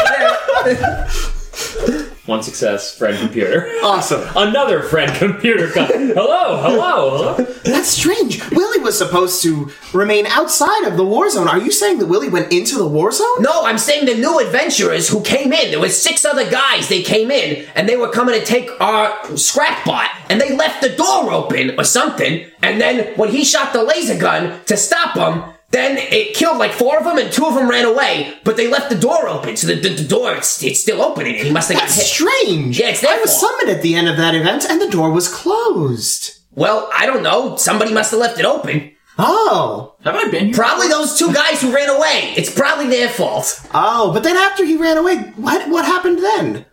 Speaker 6: there.
Speaker 4: One success, friend computer.
Speaker 3: Awesome.
Speaker 4: Another friend computer. Gun. Hello, hello, hello.
Speaker 3: That's strange. Willie was supposed to remain outside of the war zone. Are you saying that Willie went into the war zone?
Speaker 2: No, I'm saying the new adventurers who came in. There was six other guys. They came in and they were coming to take our scrap bot, and they left the door open or something. And then when he shot the laser gun to stop them, then it killed like four of them, and two of them ran away. But they left the door open, so the, the, the door it's, it's still open, and he must have got
Speaker 3: That's
Speaker 2: hit.
Speaker 3: strange.
Speaker 2: Yeah, it's their
Speaker 3: I was
Speaker 2: fault.
Speaker 3: summoned at the end of that event, and the door was closed.
Speaker 2: Well, I don't know. Somebody must have left it open.
Speaker 3: Oh.
Speaker 5: have I been here?
Speaker 2: Probably those two guys who ran away. It's probably their fault.
Speaker 3: Oh, but then after he ran away, what what happened then?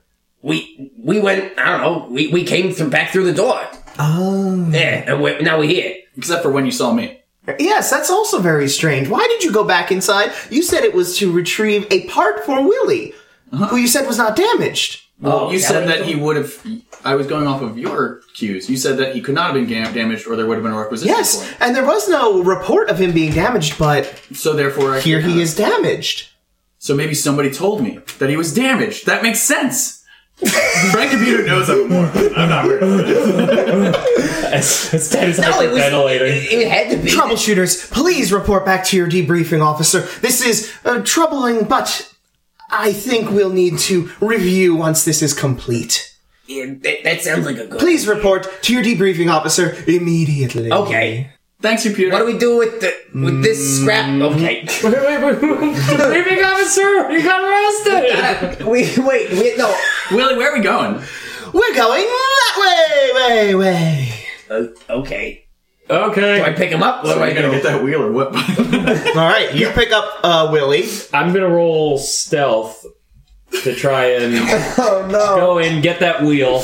Speaker 2: we we went. I don't know. We we came through back through the door.
Speaker 3: Oh.
Speaker 2: Yeah, and we're, now we're here.
Speaker 5: Except for when you saw me.
Speaker 3: Yes, that's also very strange. Why did you go back inside? You said it was to retrieve a part for Willie,
Speaker 2: Uh-huh.
Speaker 3: who you said was not damaged.
Speaker 5: Well,
Speaker 2: Oh,
Speaker 5: you
Speaker 2: that
Speaker 5: said
Speaker 2: way-
Speaker 5: that he would have. I was going off of your cues. You said that he could not have been gam- damaged, or there would have been a requisition
Speaker 3: Yes,
Speaker 5: for him.
Speaker 3: and there was no report of him being damaged, but
Speaker 5: So therefore, I
Speaker 3: here he is damaged.
Speaker 5: So maybe somebody told me that he was damaged. That makes sense. Frank computer knows I'm a moron. I'm not weird.
Speaker 4: Instead, it's
Speaker 2: No, it was.
Speaker 4: hyperventilating.
Speaker 2: It, it had to be.
Speaker 3: Troubleshooters, please report back to your debriefing officer. This is uh, troubling but I think we'll need to review once this is complete.
Speaker 2: Yeah, that, that sounds like a good.
Speaker 3: Please report to your debriefing officer immediately.
Speaker 2: Okay.
Speaker 5: Thanks, you
Speaker 2: What
Speaker 5: Peter.
Speaker 2: do we do with the with this scrap? Okay.
Speaker 4: Leaving officer, you got
Speaker 2: <laughs>
Speaker 4: arrested.
Speaker 2: we wait. We no.
Speaker 5: <laughs> Willie, where are we going?
Speaker 3: We're going that way, way, way.
Speaker 2: Uh, okay. Do I
Speaker 4: okay,
Speaker 2: pick him up? What do I
Speaker 5: Are you gonna
Speaker 2: do?
Speaker 5: get that wheel or what? <laughs>
Speaker 3: All right, you pick up uh, Willie.
Speaker 4: I'm gonna roll stealth to try and
Speaker 2: <laughs> Oh no.
Speaker 4: go in, get that wheel,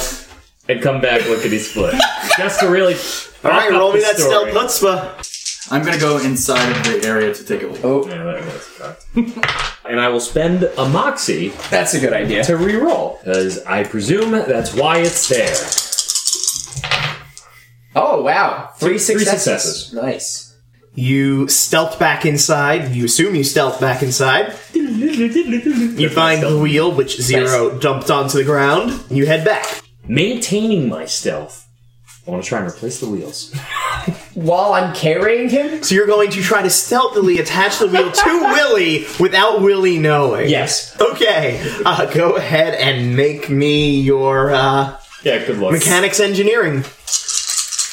Speaker 4: and come back lickety split, just to really.
Speaker 3: All right, roll me that
Speaker 4: story.
Speaker 3: stealth uh, chutzpah.
Speaker 5: I'm gonna go inside of the area to take a look.
Speaker 4: Yeah, that was and I will spend a moxie
Speaker 6: <laughs> That's a good idea.
Speaker 4: to re-roll because I presume that's why it's there.
Speaker 6: Oh wow, three successes.
Speaker 4: successes.
Speaker 6: Nice.
Speaker 3: You stealth back inside. You assume you stealth back inside. You find the wheel, which Zero dumped onto the ground. You head back.
Speaker 4: Maintaining my stealth. I want to try and replace the wheels.
Speaker 6: While I'm carrying him,
Speaker 3: So you're going to try to stealthily attach the wheel to Willy without Willy knowing.
Speaker 6: yes.
Speaker 3: Okay. Uh, go ahead and make me your uh,
Speaker 4: Yeah, good luck.
Speaker 3: mechanics engineering.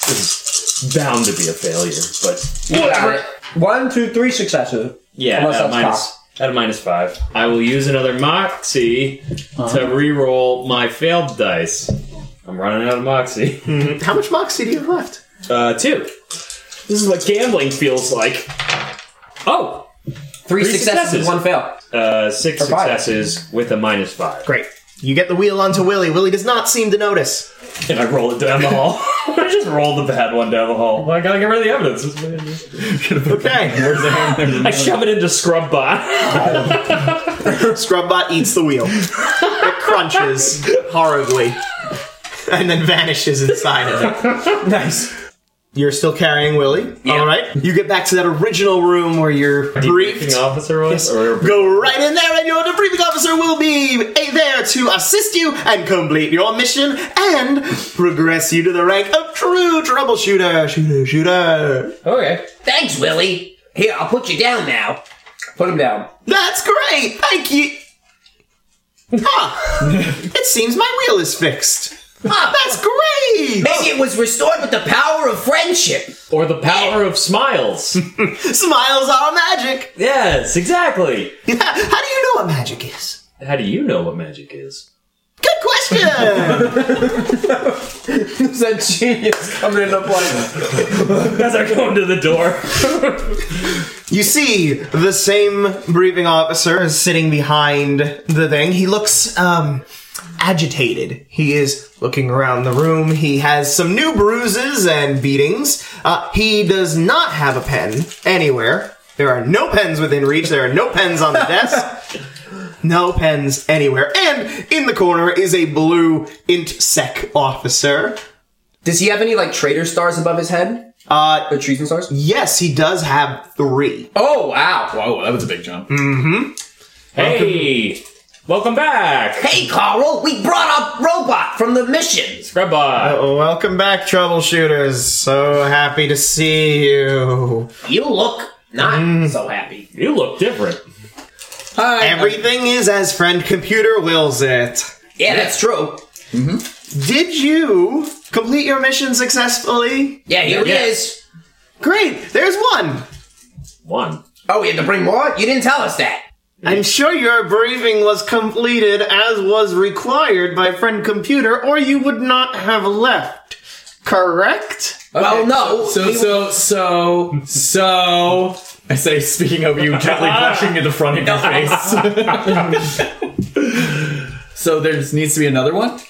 Speaker 4: This is bound to be a failure, but
Speaker 6: Whatever. One, two, three successes.
Speaker 4: yeah,
Speaker 6: Unless
Speaker 4: at a
Speaker 6: that's
Speaker 4: minus at a minus five. I will use another moxie
Speaker 6: Uh-huh.
Speaker 4: to re-roll my failed dice. I'm running out of moxie. <laughs>
Speaker 3: How much moxie do you have left?
Speaker 4: Uh, two. This is what gambling feels like. Oh,
Speaker 6: Three,
Speaker 4: Three
Speaker 6: successes,
Speaker 4: successes.
Speaker 6: one fail.
Speaker 4: uh, six
Speaker 6: Or five.
Speaker 4: successes with a minus five,
Speaker 3: Great. You get the wheel onto Willy. Willy does not seem to notice.
Speaker 4: and I roll it down the hall. <laughs> I just rolled the bad one down the hall. I gotta get rid of the evidence.
Speaker 3: Okay.
Speaker 4: I shove it into scrub
Speaker 6: <laughs>
Speaker 4: bot.
Speaker 3: Scrubbot eats the wheel. It crunches horribly and then vanishes inside of it.
Speaker 6: Nice.
Speaker 3: You're still carrying Willy. All right. You get back to that original room where you're briefed.
Speaker 4: Briefing officer was or
Speaker 3: Go right in there, and your debriefing officer will be there to assist you and complete your mission and progress you to the rank of true troubleshooter. Shooter, shooter.
Speaker 6: Okay.
Speaker 2: Thanks, Willie. Here, I'll put you down now.
Speaker 6: Put him down.
Speaker 3: That's great. Thank you. Huh. it seems my wheel is fixed. Ah, that's great.
Speaker 2: Maybe it was restored with the power of friendship.
Speaker 4: or the power of smiles. <laughs>
Speaker 3: Smiles are magic. <laughs>
Speaker 4: yes, exactly.
Speaker 3: How do you know what magic is?
Speaker 4: How do you know what magic is?
Speaker 3: Good question.
Speaker 6: That genius coming in the play.
Speaker 4: As I go into the door.
Speaker 3: You see the same briefing officer is sitting behind the thing. He looks um agitated. He is looking around the room. He has some new bruises and beatings. Uh, he does not have a pen anywhere. There are no pens within reach. There are no pens on the desk. No pens anywhere. And in the corner is a blue intsec officer.
Speaker 6: Does he have any like traitor stars above his head?
Speaker 3: Uh,
Speaker 6: Or treason stars?
Speaker 3: yes, he does have three.
Speaker 6: Oh wow.
Speaker 5: Whoa, that was a big jump.
Speaker 4: Hey, welcome back.
Speaker 2: Hey, Carl, we brought a robot from the mission.
Speaker 4: Scrub bot.
Speaker 3: Welcome back, troubleshooters. So happy to see you.
Speaker 2: You look not
Speaker 6: Mm.
Speaker 2: so happy.
Speaker 4: You look different.
Speaker 3: Everything is as friend computer wills it.
Speaker 2: Yeah, that's true.
Speaker 3: Did you complete your mission successfully?
Speaker 2: Yeah, here
Speaker 4: Yeah.
Speaker 2: it is.
Speaker 3: Great, there's one.
Speaker 4: One.
Speaker 2: Oh, we had to bring more? You didn't tell us that.
Speaker 3: I'm sure your briefing was completed as was required by friend computer, or you would not have left. Correct?
Speaker 2: well, Oh, no.
Speaker 5: So,
Speaker 2: we-
Speaker 5: so, so, so. I say, speaking of you, gently <laughs> brushing in the front
Speaker 6: <laughs>
Speaker 5: of your face. <laughs> so there just needs to be another one?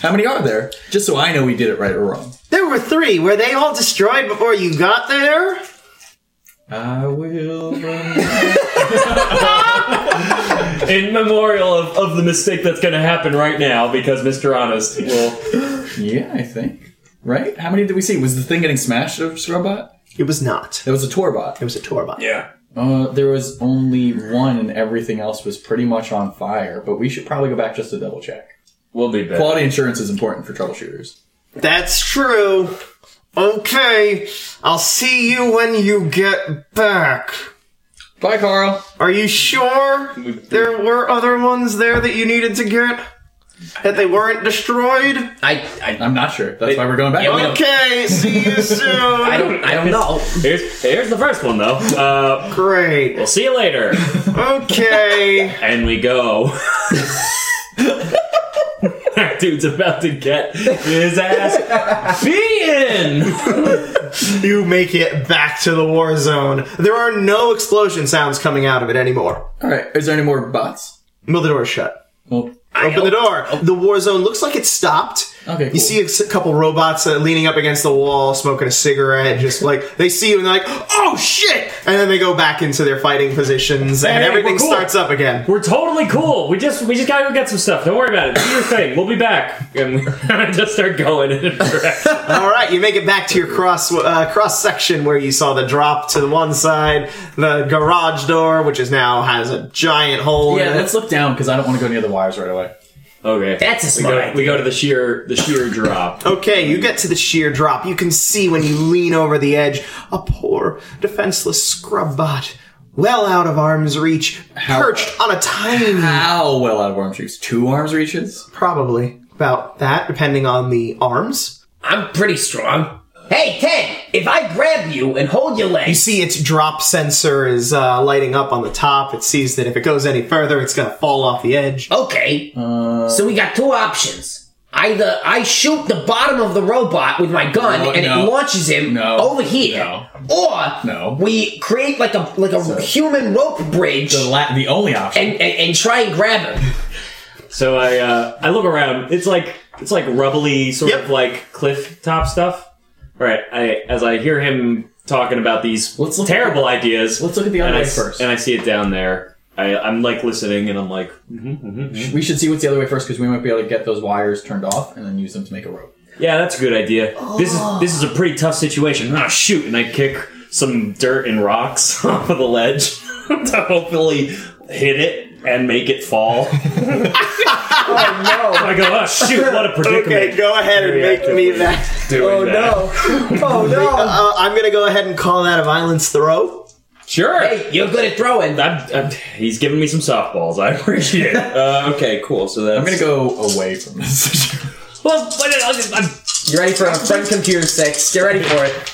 Speaker 5: How many are there? Just so I know we did it right or wrong.
Speaker 3: There were three. Were they all destroyed before you got there?
Speaker 5: I will.
Speaker 4: In memorial of, of the mistake that's going to happen right now because Mr. Honest will.
Speaker 5: Yeah, I think. Right? How many did we see? Was the thing getting smashed of Scrubbot?
Speaker 3: It was not.
Speaker 5: That was a Torbot.
Speaker 3: It was a Torbot.
Speaker 7: Yeah.
Speaker 5: Uh, there was only one, and everything else was pretty much on fire. But we should probably go back just to double check.
Speaker 4: We'll be back.
Speaker 5: Quality insurance is important for troubleshooters.
Speaker 3: That's true. Okay, I'll see you when you get back.
Speaker 5: Bye, Carl.
Speaker 3: Are you sure there were other ones there that you needed to get? That they weren't destroyed?
Speaker 2: I, I,
Speaker 5: I'm not sure. That's why we're going back.
Speaker 2: Yeah, we don't-
Speaker 3: Okay, see
Speaker 2: <laughs>
Speaker 3: you
Speaker 2: I
Speaker 3: soon.
Speaker 2: don't, I don't know.
Speaker 4: Here's here's the first one though. Uh,
Speaker 3: Great.
Speaker 4: we'll see you later,
Speaker 3: Okay.
Speaker 4: and we go. <laughs> That dude's about to get his ass beaten.
Speaker 3: You make it back to the war zone. There are no explosion sounds coming out of it anymore.
Speaker 5: All right. Is there any more bots?
Speaker 3: Mill the door shut.
Speaker 5: Well,
Speaker 3: Open the door.
Speaker 4: oh.
Speaker 3: The war zone looks like it stopped.
Speaker 5: Okay,
Speaker 3: You
Speaker 5: cool.
Speaker 3: see a s- couple robots uh, leaning up against the wall, smoking a cigarette,
Speaker 4: <laughs>
Speaker 3: just like they see you and they're like, "Oh shit!" And then they go back into their fighting positions, and
Speaker 4: Hey, we're
Speaker 3: everything
Speaker 4: cool.
Speaker 3: starts up again.
Speaker 4: We're totally cool. We just we just gotta go get some stuff. Don't worry about it. Do your thing. We'll be back. <laughs> And I just start going in a
Speaker 5: <laughs>
Speaker 4: direction.
Speaker 3: All right, you make it back to your cross uh, cross section where you saw the drop to the one side, the garage door, which is now has a giant hole.
Speaker 5: yeah.
Speaker 3: in it.
Speaker 5: Let's look down because I don't want to go near the wires right away.
Speaker 4: Okay.
Speaker 2: That's a
Speaker 4: we
Speaker 2: smart
Speaker 4: go,
Speaker 2: idea.
Speaker 4: we go to the sheer the sheer drop.
Speaker 3: Okay, you get to the sheer drop. You can see when you lean over the edge a poor, defenseless scrub bot, well out of arm's reach, perched on a tiny
Speaker 5: How well out of arms reach? Two arms reaches.
Speaker 3: Probably about that, depending on the arms.
Speaker 2: I'm pretty strong. Hey, Ted, if I grab you and hold your
Speaker 3: You
Speaker 2: legs,
Speaker 3: see its drop sensor is uh, lighting up on the top. It sees that if it goes any further, it's going to fall off the edge.
Speaker 2: okay.
Speaker 5: Uh,
Speaker 2: so we got two options. Either I shoot the bottom of the robot with my gun
Speaker 5: No,
Speaker 2: and
Speaker 5: no.
Speaker 2: it launches him
Speaker 5: No.
Speaker 2: over here,
Speaker 5: No.
Speaker 2: or
Speaker 5: No.
Speaker 2: we create like a like a human rope bridge
Speaker 5: The la- the only option.
Speaker 2: and, and and try and grab him.
Speaker 4: So I uh, I look around. It's like it's like rubbly sort
Speaker 3: Yep.
Speaker 4: of like cliff top stuff. All right. I as I hear him talking about these
Speaker 5: Let's look-
Speaker 4: terrible ideas.
Speaker 5: let's look at the
Speaker 4: and
Speaker 5: other
Speaker 4: I
Speaker 5: way
Speaker 4: s-
Speaker 5: first.
Speaker 4: And I see it down there. I, I'm like listening, and I'm like, mhm, mhm, mhm.
Speaker 5: we should see what's the other way first because we might be able to get those wires turned off and then use them to make a rope.
Speaker 4: yeah, that's a good idea. This
Speaker 2: Oh.
Speaker 4: is this is a pretty tough situation. Ah, shoot! And I kick some dirt and rocks <laughs> off of the ledge to hopefully hit it and make it fall. <laughs>
Speaker 6: No.
Speaker 4: I go, ah, shoot! What a predicament.
Speaker 3: go ahead and make me that.
Speaker 4: Doing
Speaker 6: Oh
Speaker 4: that.
Speaker 6: no. Oh no.
Speaker 3: Uh, I'm going to go ahead and call that a violence throw.
Speaker 4: Sure.
Speaker 2: Hey, you're good at throwing.
Speaker 4: I'm, I'm, he's giving me some softballs. I appreciate it. <laughs> Uh, okay, cool. So that's.
Speaker 5: I'm gonna go away from this. <laughs>
Speaker 4: Well, but I- I'll just- I'm,
Speaker 6: You ready for a friend computer six? Get ready for it.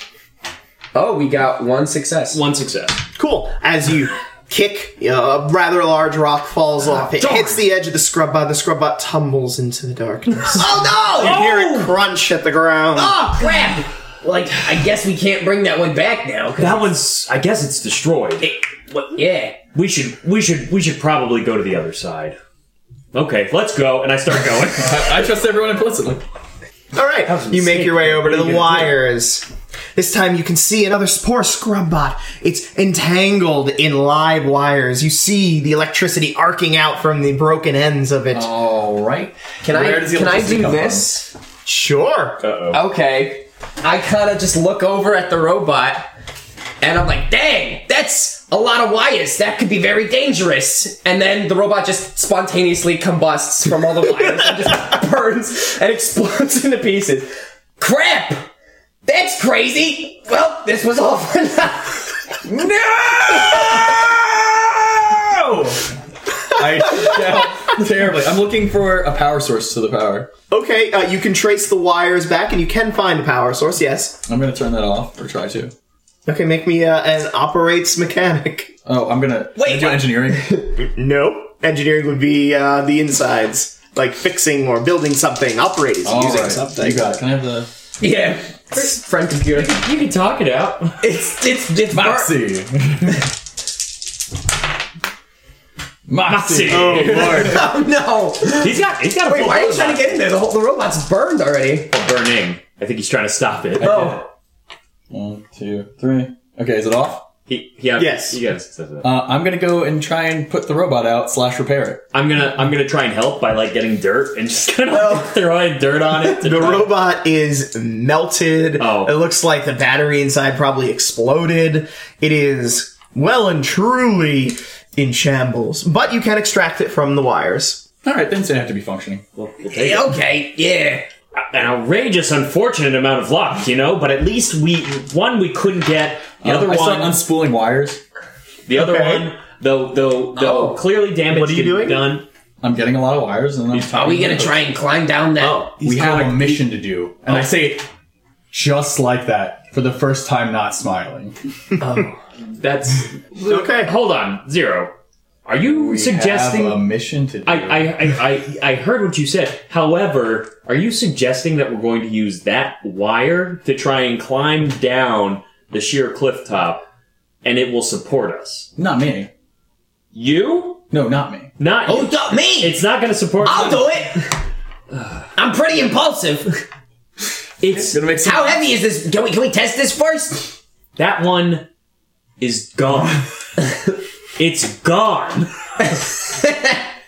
Speaker 6: Oh, we got one success.
Speaker 4: one success.
Speaker 3: Cool. As
Speaker 2: <laughs>
Speaker 3: you kick, you know, a rather large rock falls off. It hits the edge of the scrub bot. The scrub bot tumbles into the darkness.
Speaker 2: Oh no!
Speaker 3: You hear it crunch at the ground.
Speaker 2: Oh crap! Like I guess we can't bring that one back
Speaker 5: <laughs>
Speaker 2: now. 'cause
Speaker 4: That one's. I guess it's destroyed.
Speaker 2: it- what- yeah.
Speaker 4: We should. We should. We should probably go to the other side. Okay, let's go. And I start going.
Speaker 5: I, I trust everyone implicitly.
Speaker 3: All right,
Speaker 4: was
Speaker 3: you make your way
Speaker 4: insane.
Speaker 3: over to the
Speaker 4: Pretty good.
Speaker 3: wires. This time you can see another s- poor scrub bot. It's entangled in live wires. You see the electricity arcing out from the broken ends of it.
Speaker 2: Oh.
Speaker 5: All right.
Speaker 6: Can I
Speaker 5: Where does the
Speaker 6: can I
Speaker 5: electricity
Speaker 6: do
Speaker 5: come
Speaker 6: this?
Speaker 3: Sure.
Speaker 6: Okay.
Speaker 2: I kind of just look over at the robot and I'm like, dang, that's a lot of wires. That could be very dangerous. And then the robot just spontaneously combusts from all the wires and just burns and explodes <laughs> into pieces. Crap! That's crazy! Well, this was all for <laughs> nothing.
Speaker 5: I yeah, terribly. I'm looking for a power source to the power.
Speaker 3: Okay, uh, you can trace the wires back and you can find a power source, yes.
Speaker 5: I'm gonna turn that off or try to.
Speaker 3: Okay, make me uh, an operates mechanic.
Speaker 5: Oh, I'm gonna I'm
Speaker 2: Wait,
Speaker 5: gonna do
Speaker 2: what?
Speaker 5: <laughs> engineering.
Speaker 3: No. Engineering would be uh, the insides, like fixing or building something. Operate is
Speaker 5: All
Speaker 3: using
Speaker 5: right.
Speaker 3: something.
Speaker 5: You got it. Can I have the
Speaker 2: yeah. Friend computer.
Speaker 4: <laughs> you can talk it out.
Speaker 2: It's it's it's bur-
Speaker 5: Moxie? Moxie.
Speaker 4: Oh,
Speaker 5: lord.
Speaker 4: <laughs>
Speaker 2: Oh no!
Speaker 4: He's got. He's got a
Speaker 2: Wait,
Speaker 4: full
Speaker 2: why are you
Speaker 4: robot.
Speaker 2: trying to get in there? The whole the robot's burned already.
Speaker 4: burning? I think he's trying to stop it.
Speaker 2: Oh.
Speaker 5: One, two, three. Okay, is it off?
Speaker 4: He, yeah.
Speaker 3: Yes.
Speaker 4: He gets. it.
Speaker 5: Uh, I'm gonna go and try and put the robot out slash repair it.
Speaker 4: I'm gonna. I'm gonna try and help by like getting dirt and just kind of <laughs> throwing dirt on it. to
Speaker 3: The
Speaker 4: try-
Speaker 3: robot is melted.
Speaker 4: Oh.
Speaker 3: It looks like the battery inside probably exploded. It is well and truly in shambles, but you can extract it from the wires.
Speaker 5: All right, things didn't have to be functioning.
Speaker 4: We'll- we'll take it.
Speaker 2: Okay, yeah.
Speaker 4: an outrageous, unfortunate amount of luck, you know. But at least we one we couldn't get the
Speaker 5: Um,
Speaker 4: other
Speaker 5: I saw
Speaker 4: one.
Speaker 5: unspooling wires.
Speaker 4: The other
Speaker 7: Okay.
Speaker 4: one, though, though, though,
Speaker 2: Oh.
Speaker 4: clearly damage
Speaker 7: What are you
Speaker 4: can be
Speaker 7: doing?
Speaker 4: done.
Speaker 5: I'm getting a lot of wires, and I'm
Speaker 2: Are we
Speaker 5: Mm-hmm.
Speaker 2: gonna try and climb down that?
Speaker 4: Oh,
Speaker 5: we have a mission to do, and I say it just like that for the first time, not smiling.
Speaker 4: that's
Speaker 7: Okay.
Speaker 4: Hold on, zero. Are you suggesting?
Speaker 2: um,
Speaker 5: have a mission to do.
Speaker 4: I, I, I, I, I heard what you said. However, are you suggesting that we're going to use that wire to try and climb down the sheer cliff top, and it will support us?
Speaker 5: not me.
Speaker 4: You?
Speaker 5: No, not me.
Speaker 4: Not
Speaker 2: Oh, duh, me!
Speaker 4: It's not going to support.
Speaker 2: I'll
Speaker 4: them.
Speaker 2: do it. I'm pretty impulsive.
Speaker 4: It's
Speaker 5: Gonna make some-
Speaker 2: How heavy is this? Can we can we test this first?
Speaker 4: that one is
Speaker 2: <laughs>
Speaker 4: gone. it's gone.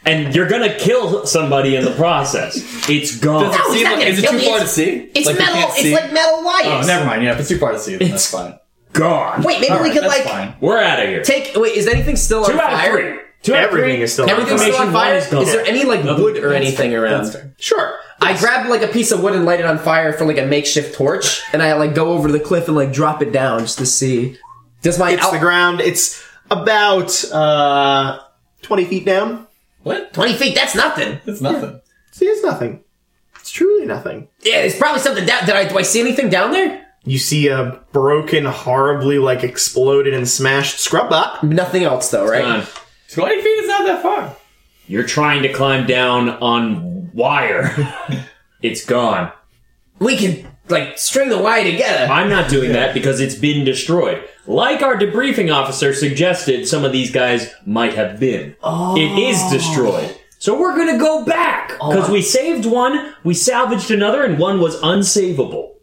Speaker 4: and you're gonna kill somebody in the process. It's gone.
Speaker 2: No, it's not gonna
Speaker 5: is it
Speaker 2: kill
Speaker 5: too
Speaker 2: me.
Speaker 5: far to
Speaker 2: It's-
Speaker 5: see?
Speaker 2: It's
Speaker 5: Like, you
Speaker 2: metal.
Speaker 5: can't
Speaker 2: It's
Speaker 5: see?
Speaker 2: like metal wires.
Speaker 5: Oh, never mind. Yeah, if it's too far to see, then that's
Speaker 4: It's-
Speaker 5: fine.
Speaker 4: gone.
Speaker 2: Wait, maybe
Speaker 5: All
Speaker 2: we
Speaker 5: right,
Speaker 2: could
Speaker 5: that's
Speaker 2: like
Speaker 5: fine.
Speaker 4: We're out of here.
Speaker 2: take. Wait, is anything still on
Speaker 4: Two out of
Speaker 2: fire?
Speaker 4: three. Two out of
Speaker 7: Everything
Speaker 4: three.
Speaker 7: is still
Speaker 2: Everything's
Speaker 7: on
Speaker 2: still
Speaker 4: Information
Speaker 2: on fire.
Speaker 4: one is gone.
Speaker 2: Is there any like
Speaker 4: Nothing-
Speaker 2: wood or
Speaker 4: that's
Speaker 2: anything
Speaker 5: That's
Speaker 2: around?
Speaker 5: fair.
Speaker 2: Sure. I grab like a piece of wood and light it on fire for like a makeshift torch, and I like go over to the cliff and like drop it down just to see. Does my
Speaker 3: It's
Speaker 2: out-
Speaker 3: the ground. It's about uh, 20 feet down.
Speaker 5: What?
Speaker 2: twenty feet? That's nothing.
Speaker 5: It's nothing.
Speaker 3: See, it's nothing. It's truly nothing.
Speaker 2: Yeah, it's probably something down. Did I do I see anything down there?
Speaker 3: You see a broken, horribly like exploded and smashed scrub up.
Speaker 2: Nothing else though, right?
Speaker 4: John,
Speaker 5: Twenty feet is not that far.
Speaker 4: You're trying to climb down on wire. <laughs> it's gone.
Speaker 2: we can like string the wire together.
Speaker 4: I'm not doing that because it's been destroyed. Like our debriefing officer suggested, some of these guys might have been. It is destroyed. So we're gonna go back because we saved one, we salvaged another, and one was unsavable.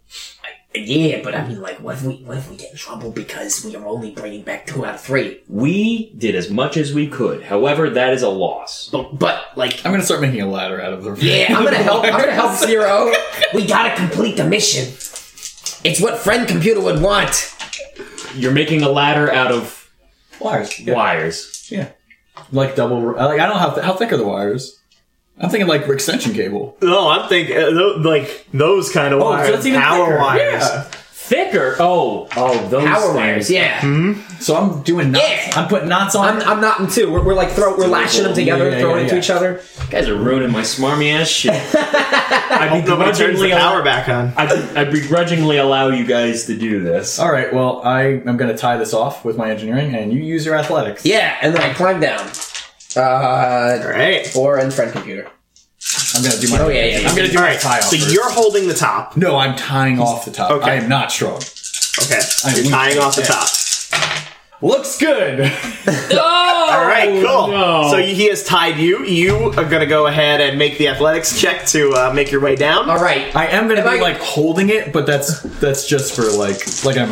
Speaker 2: Yeah, but I mean, like, what if we what if we get in trouble because we are only bringing back two out of three?
Speaker 4: We did as much as we could. However, that is a loss.
Speaker 2: But but like,
Speaker 5: I'm gonna start making a ladder out of the.
Speaker 2: yeah, I'm gonna help. I'm gonna help Zero. We gotta complete the mission. It's what friend computer would want.
Speaker 4: You're making a ladder out of
Speaker 5: <laughs> wires. Yeah.
Speaker 4: wires.
Speaker 5: Yeah. Like double. Like I don't have. How thick are the wires? I'm thinking like extension cable.
Speaker 3: No, I'm thinking uh, tho- like those kind
Speaker 5: Oh,
Speaker 3: of wires, power
Speaker 5: thicker.
Speaker 3: wires.
Speaker 5: Yeah.
Speaker 4: Thicker. Oh, oh, those
Speaker 2: Power
Speaker 4: things.
Speaker 2: wires, yeah.
Speaker 5: Hmm? So I'm doing knots.
Speaker 2: Yeah.
Speaker 5: I'm putting knots on.
Speaker 2: I'm, I'm not in two. We're, we're like throw, we're lashing them together,
Speaker 5: Yeah, yeah,
Speaker 2: throwing
Speaker 5: yeah,
Speaker 2: into
Speaker 5: yeah.
Speaker 2: each other.
Speaker 4: You guys are ruining my smarmy
Speaker 5: <laughs>
Speaker 4: ass shit. I
Speaker 3: Nobody turns the
Speaker 4: begrudgingly,
Speaker 3: power
Speaker 4: allow,
Speaker 3: back on.
Speaker 4: I, I begrudgingly allow you guys to do this.
Speaker 5: All right. Well, I am gonna tie this off with my engineering, and you use your athletics.
Speaker 2: Yeah, and then I climb down. Uh,
Speaker 3: All right.
Speaker 2: or in friend computer.
Speaker 5: I'm gonna do my.
Speaker 2: Oh yeah, yeah. yeah.
Speaker 5: I'm gonna do
Speaker 3: All
Speaker 5: my
Speaker 3: right.
Speaker 5: tie off.
Speaker 3: So
Speaker 5: first.
Speaker 3: you're holding the top.
Speaker 5: No, I'm tying off the top.
Speaker 3: Okay.
Speaker 5: I am not strong.
Speaker 3: Okay.
Speaker 5: I
Speaker 3: You're
Speaker 5: lose.
Speaker 3: tying off the top.
Speaker 5: Looks good. <laughs>
Speaker 3: All right,
Speaker 5: Oh,
Speaker 3: cool.
Speaker 4: no.
Speaker 3: So he has tied you. You are gonna go ahead and make the athletics check to uh, make your way down.
Speaker 2: All right. Uh,
Speaker 5: I am gonna
Speaker 2: If
Speaker 5: be
Speaker 2: I-
Speaker 5: like holding it, but that's that's just for like like I'm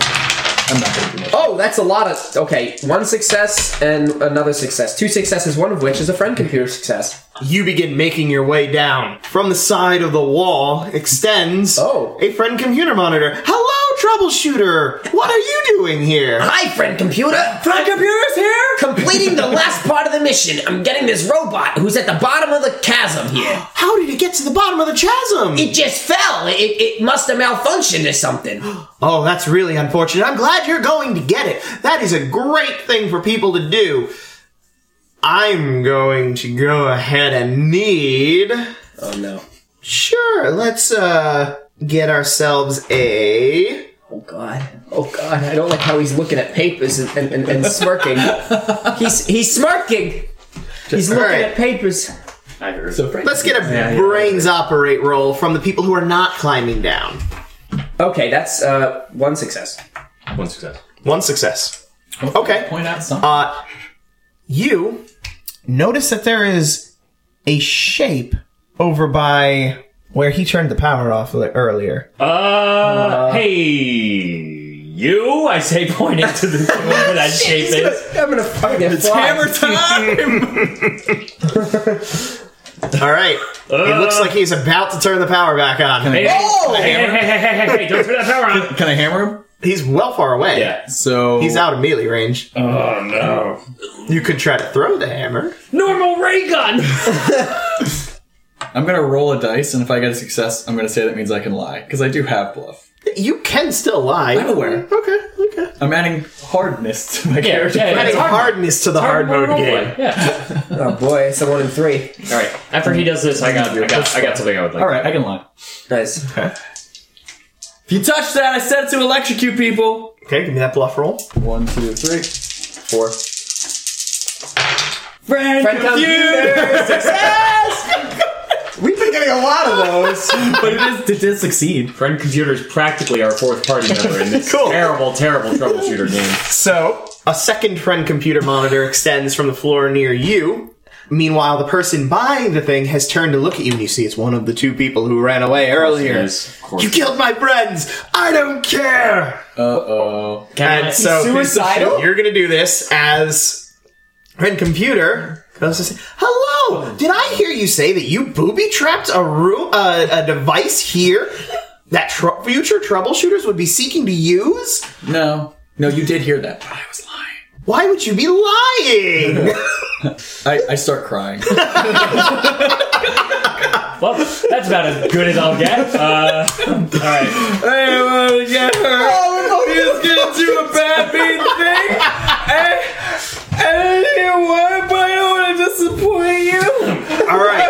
Speaker 5: I'm not gonna do much.
Speaker 2: Oh, that's a lot of okay. One success and another success. Two successes, one of which is a friend computer success.
Speaker 3: You begin making your way down. From the side of the wall extends
Speaker 2: Oh.
Speaker 3: a friend computer monitor. Hello, troubleshooter! What are you doing here?
Speaker 2: Hi, friend computer. Friend computer's here. Completing the last part of the mission. I'm getting this robot who's at the bottom of the chasm here.
Speaker 3: How did it get to the bottom of the chasm?
Speaker 2: It just fell. It, it must have malfunctioned or <gasps> something.
Speaker 3: oh, that's really unfortunate. I'm glad you're going to get it. That is a great thing for people to do. I'm going to go ahead and need.
Speaker 2: Oh no.
Speaker 3: Sure, let's uh get ourselves a.
Speaker 2: Oh god. Oh god. I don't like how he's looking at papers and, and, and, and <laughs> smirking. he's he's smirking. He's looking
Speaker 3: Alright.
Speaker 2: at papers.
Speaker 5: So Frank-
Speaker 3: Let's get a
Speaker 5: yeah, yeah.
Speaker 3: brains operate roll from the people who are not climbing down.
Speaker 2: Okay, that's uh one success.
Speaker 4: One success.
Speaker 3: One success. Okay.
Speaker 5: Point out something.
Speaker 3: Uh, you notice that there is a shape over by where he turned the power off li- earlier.
Speaker 4: Uh, hey, you! I say, pointing
Speaker 5: <laughs>
Speaker 4: to the whatever that shape is.
Speaker 2: I'm gonna fucking get fly.
Speaker 3: All right. it looks like he's about to turn the power back on.
Speaker 4: Hey,
Speaker 2: Oh!
Speaker 4: hey, hey, hey, hey, hey, hey, hey, Don't turn that power
Speaker 5: <laughs>
Speaker 4: on.
Speaker 5: Can I hammer him?
Speaker 3: He's well far away.
Speaker 4: Yeah.
Speaker 5: So
Speaker 3: He's out of melee range.
Speaker 4: Oh no!
Speaker 3: You could try to throw the hammer.
Speaker 4: Normal
Speaker 5: <laughs>
Speaker 4: ray gun.
Speaker 5: I'm gonna roll a dice, and if I get a success, I'm gonna say that means I can lie because I do have bluff.
Speaker 3: You can still lie.
Speaker 5: I'm aware.
Speaker 3: Okay, okay.
Speaker 5: I'm adding hardness to my
Speaker 4: Yeah,
Speaker 5: character.
Speaker 4: yeah,
Speaker 3: Adding
Speaker 4: it's hard-
Speaker 3: hardness to the hard,
Speaker 4: hard
Speaker 3: mode
Speaker 4: roll
Speaker 3: game.
Speaker 4: play. Yeah.
Speaker 6: Oh boy, it's a one in three.
Speaker 4: All right. After he does this, I got, I got, I got something I would like.
Speaker 5: All right, I can lie.
Speaker 6: Nice.
Speaker 5: If you touch that, I said to electrocute people.
Speaker 3: Okay, give me that bluff roll.
Speaker 5: One, two, three, four. Friend,
Speaker 6: Friend computer,
Speaker 5: <laughs>
Speaker 3: We've been getting a lot of those.
Speaker 5: but it, is, it did succeed.
Speaker 4: Friend computer is practically our fourth party member in this
Speaker 3: Cool.
Speaker 4: terrible, terrible troubleshooter game.
Speaker 3: so, a second friend computer monitor extends from the floor near you. Meanwhile, the person buying the thing has turned to look at you, and you see it's one of the two people who ran away earlier.
Speaker 4: is. Of course
Speaker 3: You
Speaker 4: it is.
Speaker 3: killed my friends. I don't care.
Speaker 5: Uh oh.
Speaker 4: Can I-
Speaker 3: And so
Speaker 6: suicidal?
Speaker 3: You're gonna do this as Ren Computer goes to say, "Hello, did I hear you say that you booby trapped a room, uh, a device here that tr- future troubleshooters would be seeking to use?
Speaker 5: No. No, you did hear that. But I was
Speaker 3: Why would you be lying?"
Speaker 5: lying. I, I start crying.
Speaker 4: Well, that's about as good as I'll get. Uh, all right.
Speaker 5: <laughs> I want to get her.
Speaker 6: Oh,
Speaker 5: He's gonna do a bad mean thing. I, I don't know why, but I don't want to disappoint you.
Speaker 3: All right,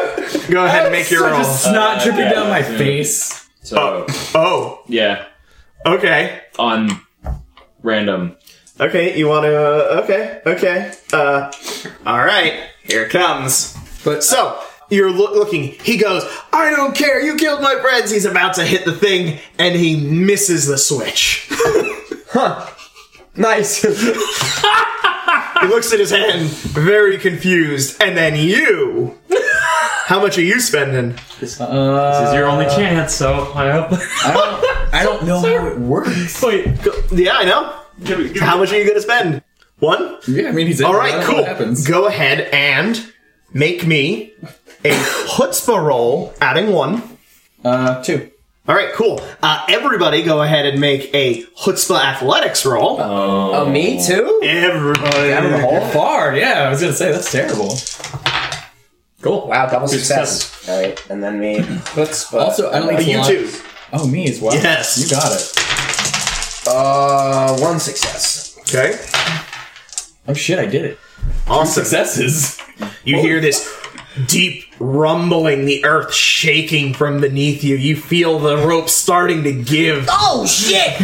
Speaker 3: go ahead and make your
Speaker 5: Such
Speaker 3: roll.
Speaker 5: a snot
Speaker 4: Uh,
Speaker 5: dripping
Speaker 4: yeah,
Speaker 5: down my
Speaker 4: yeah.
Speaker 5: face.
Speaker 4: So
Speaker 3: Oh,
Speaker 4: yeah,
Speaker 3: okay,
Speaker 4: on random.
Speaker 3: okay. You want to? Okay, okay. Uh, all right. Here it comes.
Speaker 5: But so,
Speaker 3: So you're loo- looking. He goes, "I don't care. You killed my friends." He's about to hit the thing, and he misses the switch.
Speaker 6: nice.
Speaker 3: <laughs> he looks at his hand, very confused, and then you. How much are you spending?
Speaker 5: uh,
Speaker 4: This is your only chance, so I hope. <laughs>
Speaker 5: I don't, I don't know how it works.
Speaker 4: Wait,
Speaker 3: Yeah, I know. How much are you gonna spend? One.
Speaker 5: Yeah, I mean he's.
Speaker 3: All right, cool.
Speaker 5: What happens?
Speaker 3: Go ahead and make me a chutzpah roll, adding one.
Speaker 5: Uh, two.
Speaker 3: All right, cool. Uh, everybody, go ahead and make a chutzpah athletics roll.
Speaker 6: Oh, me too?
Speaker 3: everybody,
Speaker 5: All
Speaker 7: <laughs>
Speaker 5: far. Yeah, I was gonna say that's terrible.
Speaker 4: cool.
Speaker 6: Wow, double
Speaker 4: success.
Speaker 6: success. Alright, and then me. Chutzpah.
Speaker 5: Also, I don't think it's
Speaker 3: Uh, you
Speaker 5: a lot-
Speaker 3: too.
Speaker 5: Oh, me as well.
Speaker 3: Yes.
Speaker 5: you got it.
Speaker 6: Uh, one success.
Speaker 3: Okay.
Speaker 5: Oh shit, I did it.
Speaker 3: Awesome.
Speaker 5: Successes.
Speaker 3: You hear this deep rumbling, the earth shaking from beneath you. You feel the rope starting to give.
Speaker 2: Oh shit!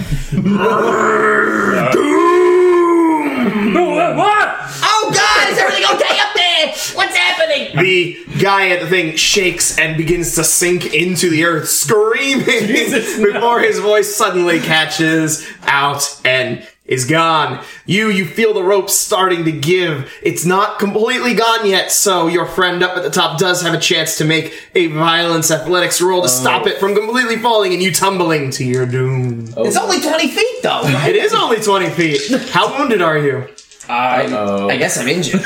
Speaker 4: What?
Speaker 2: Oh god, is everything okay up there? What's happening?
Speaker 3: The guy at the thing shakes and begins to sink into the earth, screaming before his voice suddenly catches out and is gone. You, you feel the rope starting to give. It's not completely gone yet, so your friend up at the top does have a chance to make a violence athletics roll to stop it from completely falling and you tumbling to your doom.
Speaker 2: It's Oh. only 20 feet though. right?
Speaker 3: It is only 20 feet. How wounded are you?
Speaker 5: Oh,
Speaker 2: I guess I'm injured.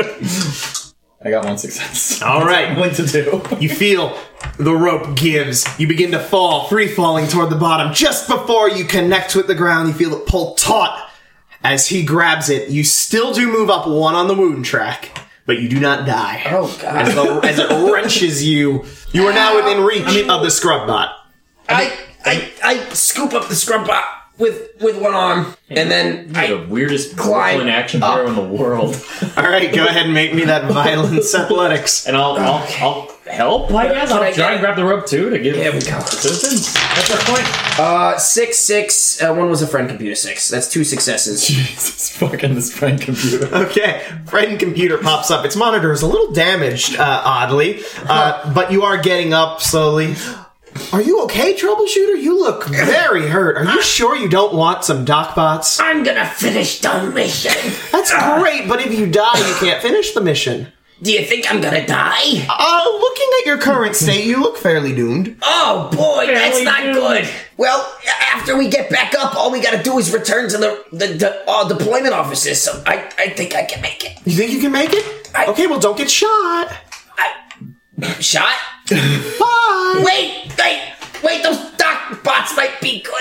Speaker 5: I got one
Speaker 3: <laughs>
Speaker 5: success.
Speaker 3: All right.
Speaker 5: What
Speaker 7: <laughs>
Speaker 5: to do?
Speaker 3: You feel the rope gives. You begin to fall, free falling toward the bottom. Just before you connect with the ground, you feel it pull taut. As he grabs it, you still do move up one on the wound track, but you do not die.
Speaker 6: Oh, God.
Speaker 3: As, the- as
Speaker 6: <laughs>
Speaker 3: it wrenches you, you are now within reach of the scrub bot.
Speaker 2: I, I, I scoop up the scrub bot with, with one arm, and then
Speaker 4: I, the
Speaker 2: I,
Speaker 4: weirdest
Speaker 2: Climb
Speaker 4: Brooklyn action hero in the world.
Speaker 3: All right, go ahead and make me
Speaker 6: <laughs>
Speaker 3: that violence athletics.
Speaker 4: And I'll, I'll, I'll help. I guess
Speaker 2: Can I
Speaker 4: I'll
Speaker 2: get
Speaker 4: try and grab the rope too to give
Speaker 2: there we go.
Speaker 4: assistance. That's our point.
Speaker 2: Uh, six, six, uh, one was a friend computer six. That's two
Speaker 5: <laughs>
Speaker 2: successes.
Speaker 5: Jesus fucking this friend computer.
Speaker 3: Okay, friend computer pops up. Its monitor is a little damaged, uh, oddly, uh, but you are getting up slowly. Are you okay, troubleshooter? You look very hurt. Are you sure you don't want some doc bots?
Speaker 2: I'm gonna finish the mission.
Speaker 3: That's great, but if you die, you can't finish the mission.
Speaker 2: Do you think I'm gonna die?
Speaker 3: Uh, looking at your current state, you look fairly doomed.
Speaker 2: Oh boy, that's
Speaker 4: we
Speaker 2: not
Speaker 4: do.
Speaker 2: good. Well, after we get back up, all we gotta do is return to the the, the uh, deployment offices. So I, I think I can make it.
Speaker 3: You think you can make it? Okay, well, don't get shot.
Speaker 2: Shot?
Speaker 3: Bye.
Speaker 2: Wait, wait, wait. Those doc bots might be good.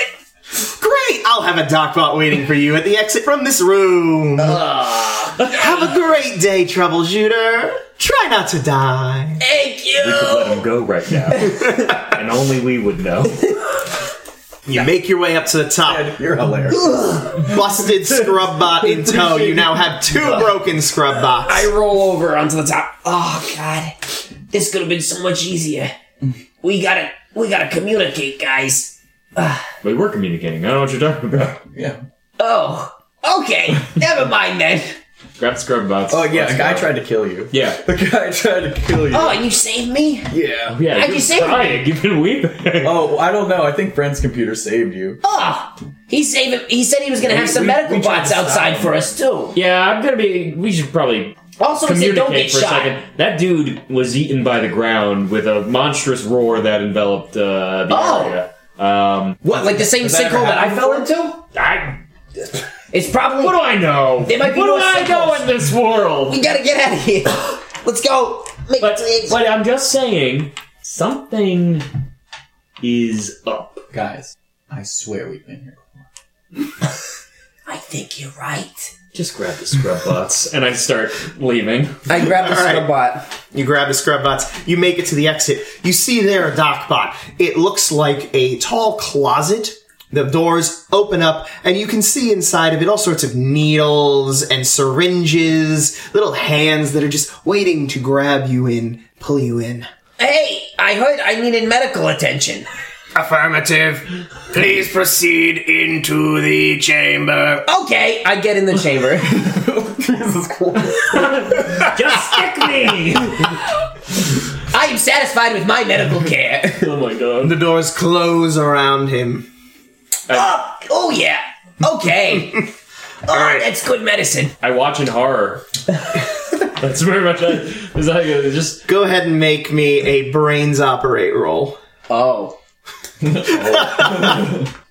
Speaker 3: Great! I'll have a doc bot waiting for you at the exit from this room. have a great day, troubleshooter. Try not to die.
Speaker 2: Thank
Speaker 7: <laughs>
Speaker 2: you.
Speaker 4: Let him go right now. and only we would know.
Speaker 3: You make your way up to the top,
Speaker 7: You're hilarious.
Speaker 3: busted scrubbot in tow. You now have two broken scrubbots.
Speaker 6: I roll over onto the top.
Speaker 2: Oh God, this could have been so much easier. We gotta, we gotta communicate, guys.
Speaker 4: We were communicating. I don't know what you're talking about.
Speaker 7: Yeah.
Speaker 2: Oh,
Speaker 7: <laughs>
Speaker 2: okay, never mind then.
Speaker 4: Grab the scrub bots.
Speaker 7: Oh yeah, a guy tried to kill you.
Speaker 4: Yeah.
Speaker 7: <laughs> The guy tried to kill you.
Speaker 2: Oh, and you saved me.
Speaker 7: Yeah.
Speaker 4: Yeah.
Speaker 2: How'd you
Speaker 4: you're
Speaker 2: save me?
Speaker 4: crying. You've been weeping.
Speaker 7: Oh, I don't know. I think Brent's computer saved you.
Speaker 2: Oh, he saved. He said he was gonna have some
Speaker 7: we-
Speaker 2: medical
Speaker 7: we tried
Speaker 2: bots
Speaker 7: to stop
Speaker 2: outside
Speaker 7: him.
Speaker 2: for us too.
Speaker 4: yeah, I'm gonna be. We should probably
Speaker 2: Also, he said
Speaker 4: communicate
Speaker 2: don't get
Speaker 4: for
Speaker 2: shot.
Speaker 4: a second. That dude was eaten by the ground with a monstrous roar that enveloped uh, the
Speaker 2: Oh.
Speaker 4: area. Um,
Speaker 2: What, like the same
Speaker 7: that ever
Speaker 2: sinkhole that I
Speaker 7: happened
Speaker 2: fell into?
Speaker 4: I.
Speaker 2: It's probably. <laughs>
Speaker 4: What do I know?
Speaker 2: There might be
Speaker 4: what
Speaker 2: more
Speaker 4: do I know
Speaker 2: sickles.
Speaker 4: in this world?
Speaker 2: we gotta get out
Speaker 7: <coughs>
Speaker 2: of here. Let's go. Make
Speaker 4: But,
Speaker 2: it-
Speaker 4: but I'm just saying, something is up.
Speaker 7: Guys, I swear we've been here.
Speaker 2: I think you're right.
Speaker 4: Just grab the scrub bots, and I start leaving.
Speaker 6: I grab the
Speaker 3: All right.
Speaker 6: scrub bot.
Speaker 3: You grab the scrub bots. You make it to the exit. You see there a dock bot. It looks like a tall closet. The doors open up, and you can see inside of it all sorts of needles and syringes, little hands that are just waiting to grab you in, pull you in.
Speaker 2: Hey, I heard I needed medical attention.
Speaker 8: Affirmative. Please proceed into the chamber.
Speaker 2: Okay,
Speaker 6: I get in
Speaker 8: <laughs>
Speaker 6: the chamber.
Speaker 4: Just stick
Speaker 2: <laughs>
Speaker 4: me!
Speaker 2: I am satisfied with my medical care.
Speaker 4: oh my god.
Speaker 3: The doors close around him.
Speaker 2: oh, oh yeah. Okay. Oh, that's good medicine.
Speaker 4: I watch
Speaker 2: <laughs>
Speaker 4: in horror. That's very much it. Is that it's uh, just
Speaker 3: Go ahead and make me a brains operate roll.
Speaker 6: oh.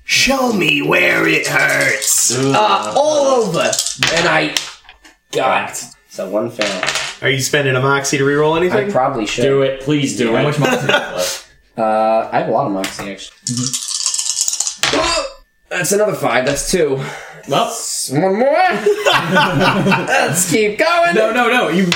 Speaker 8: Show me where it hurts.
Speaker 2: Uh, all over. And I got
Speaker 6: So one fail.
Speaker 3: Are you spending a moxie to reroll
Speaker 6: I
Speaker 3: anything?
Speaker 6: probably should.
Speaker 4: do it? Please do
Speaker 7: How
Speaker 4: it.
Speaker 7: much money do you have left?
Speaker 6: Uh, I have a lot of moxie actually. That's another five. That's two.
Speaker 4: Well,
Speaker 6: One more. <laughs> Let's keep going.
Speaker 7: No, no, no. You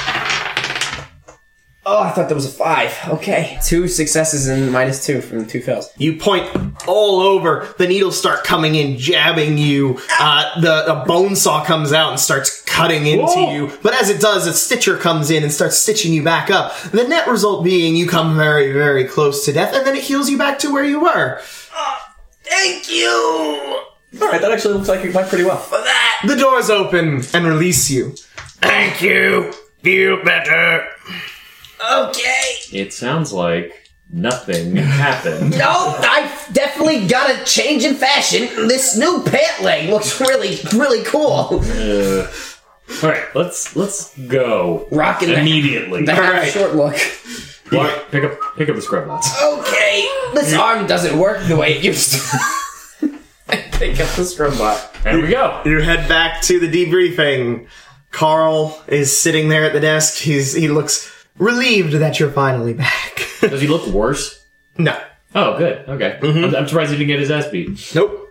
Speaker 6: Oh, I thought that was a five. Okay. Two successes and minus two from two fails.
Speaker 3: You point all over. The needles start coming in, jabbing you. Uh, the a bone saw comes out and starts cutting into
Speaker 4: Whoa.
Speaker 3: you. But as it does, a stitcher comes in and starts stitching you back up. The net result being you come very, very close to death, and then it heals you back to where you were.
Speaker 2: Thank you
Speaker 7: Alright, that actually looks like it went pretty well.
Speaker 2: for that.
Speaker 3: The doors open and release you.
Speaker 8: Thank you. Feel better.
Speaker 2: Okay.
Speaker 4: it sounds like
Speaker 2: <laughs>
Speaker 4: nothing <laughs> happened.
Speaker 2: No, I definitely got a change in fashion. This new pant leg looks really, really cool.
Speaker 4: Uh, all right, let's let's go
Speaker 2: Rocking the, <laughs>
Speaker 4: immediately.
Speaker 6: The half
Speaker 3: right.
Speaker 6: short look.
Speaker 4: Walk- pick up pick up the scrub bots.
Speaker 2: Okay, this arm doesn't work the way it used to.
Speaker 6: Pick up the scrum bot.
Speaker 4: There we go.
Speaker 3: You head back to the debriefing. Carl is sitting there at the desk. He's he looks relieved that you're finally back. <laughs>
Speaker 4: Does he look worse?
Speaker 3: no.
Speaker 4: Oh, good. Okay. I'm, I'm surprised he didn't get his ass beat.
Speaker 3: Nope.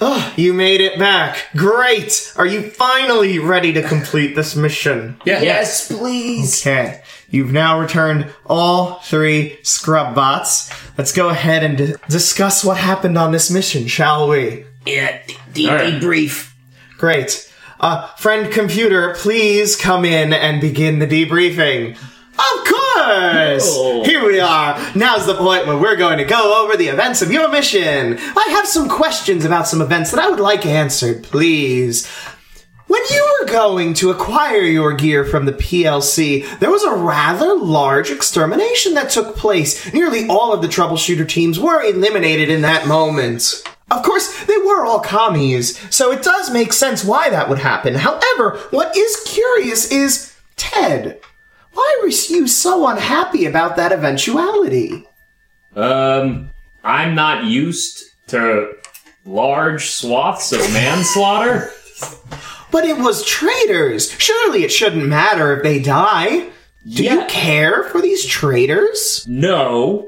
Speaker 3: Oh, you made it back. Great. Are you finally ready to complete this mission?
Speaker 2: yes, please.
Speaker 3: Okay. You've now returned all three scrub bots. Let's go ahead and d- discuss what happened on this mission, shall we?
Speaker 2: Yeah, d- d-
Speaker 4: All right.
Speaker 2: debrief.
Speaker 3: Great. Uh, friend computer, please come in and begin the debriefing. Of course!
Speaker 4: Oh.
Speaker 3: Here we are. Now's the point where we're going to go over the events of your mission. I have some questions about some events that I would like answered, please. When you were going to acquire your gear from the PLC, there was a rather large extermination that took place. Nearly all of the troubleshooter teams were eliminated in that moment. Of course, they were all commies, so it does make sense why that would happen. However, what is curious is Ted. Why were you so unhappy about that eventuality?
Speaker 4: Um, I'm not used to large swaths of manslaughter.
Speaker 3: But it was traitors. Surely it shouldn't matter if they die. Do you
Speaker 4: Yeah.
Speaker 3: care for these traitors?
Speaker 4: No.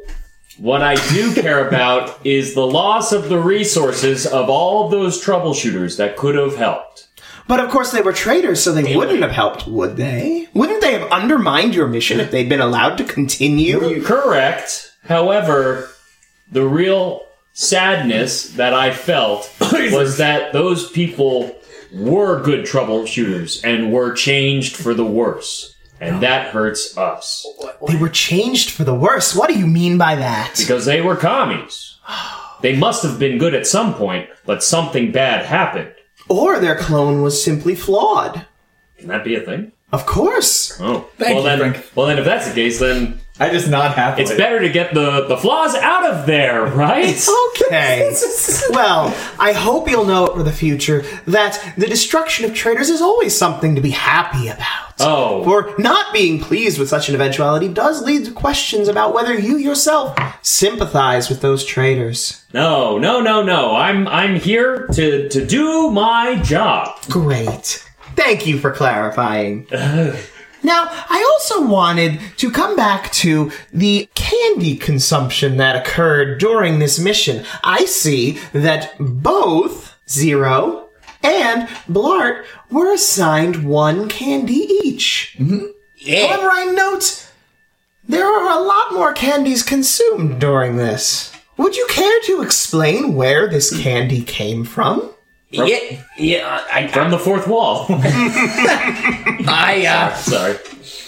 Speaker 4: What I do care about is the loss of the resources of all of those troubleshooters that could have helped.
Speaker 3: But of course, they were traitors, so they wouldn't have helped, would they? Wouldn't they have undermined your mission if they'd been allowed to continue?
Speaker 4: Correct. However, the real sadness that
Speaker 7: <coughs>
Speaker 4: I felt was that those people were good troubleshooters and were changed for the worse. And that hurts us.
Speaker 3: They were changed for the worse. What do you mean by that?
Speaker 4: Because they were commies. They must have been good at some point, but something bad happened.
Speaker 3: Or their clone was simply flawed.
Speaker 4: Can that be a thing?
Speaker 3: Of course.
Speaker 4: Oh.
Speaker 7: Thank
Speaker 4: well
Speaker 7: you,
Speaker 4: then
Speaker 7: Frank.
Speaker 4: well then if that's the case then
Speaker 7: I just nod happily.
Speaker 4: it's better to get the, the flaws out of there, right?
Speaker 3: <laughs> Okay. well, I hope you'll know it for the future that the destruction of traitors is always something to be happy about.
Speaker 4: Oh.
Speaker 3: For not being pleased with such an eventuality does lead to questions about whether you yourself sympathize with those traitors.
Speaker 4: No, no, no, no. I'm I'm here to to do my job.
Speaker 3: Great. Thank you for clarifying. now, I also wanted to come back to the candy consumption that occurred during this mission. I see that both Zero and Blart were assigned one candy each. However, I note there are a lot more candies consumed during this. Would you care to explain where this candy came from?
Speaker 2: Yeah, yeah. I,
Speaker 4: From the fourth wall. <laughs>
Speaker 2: I, uh,
Speaker 4: Sorry.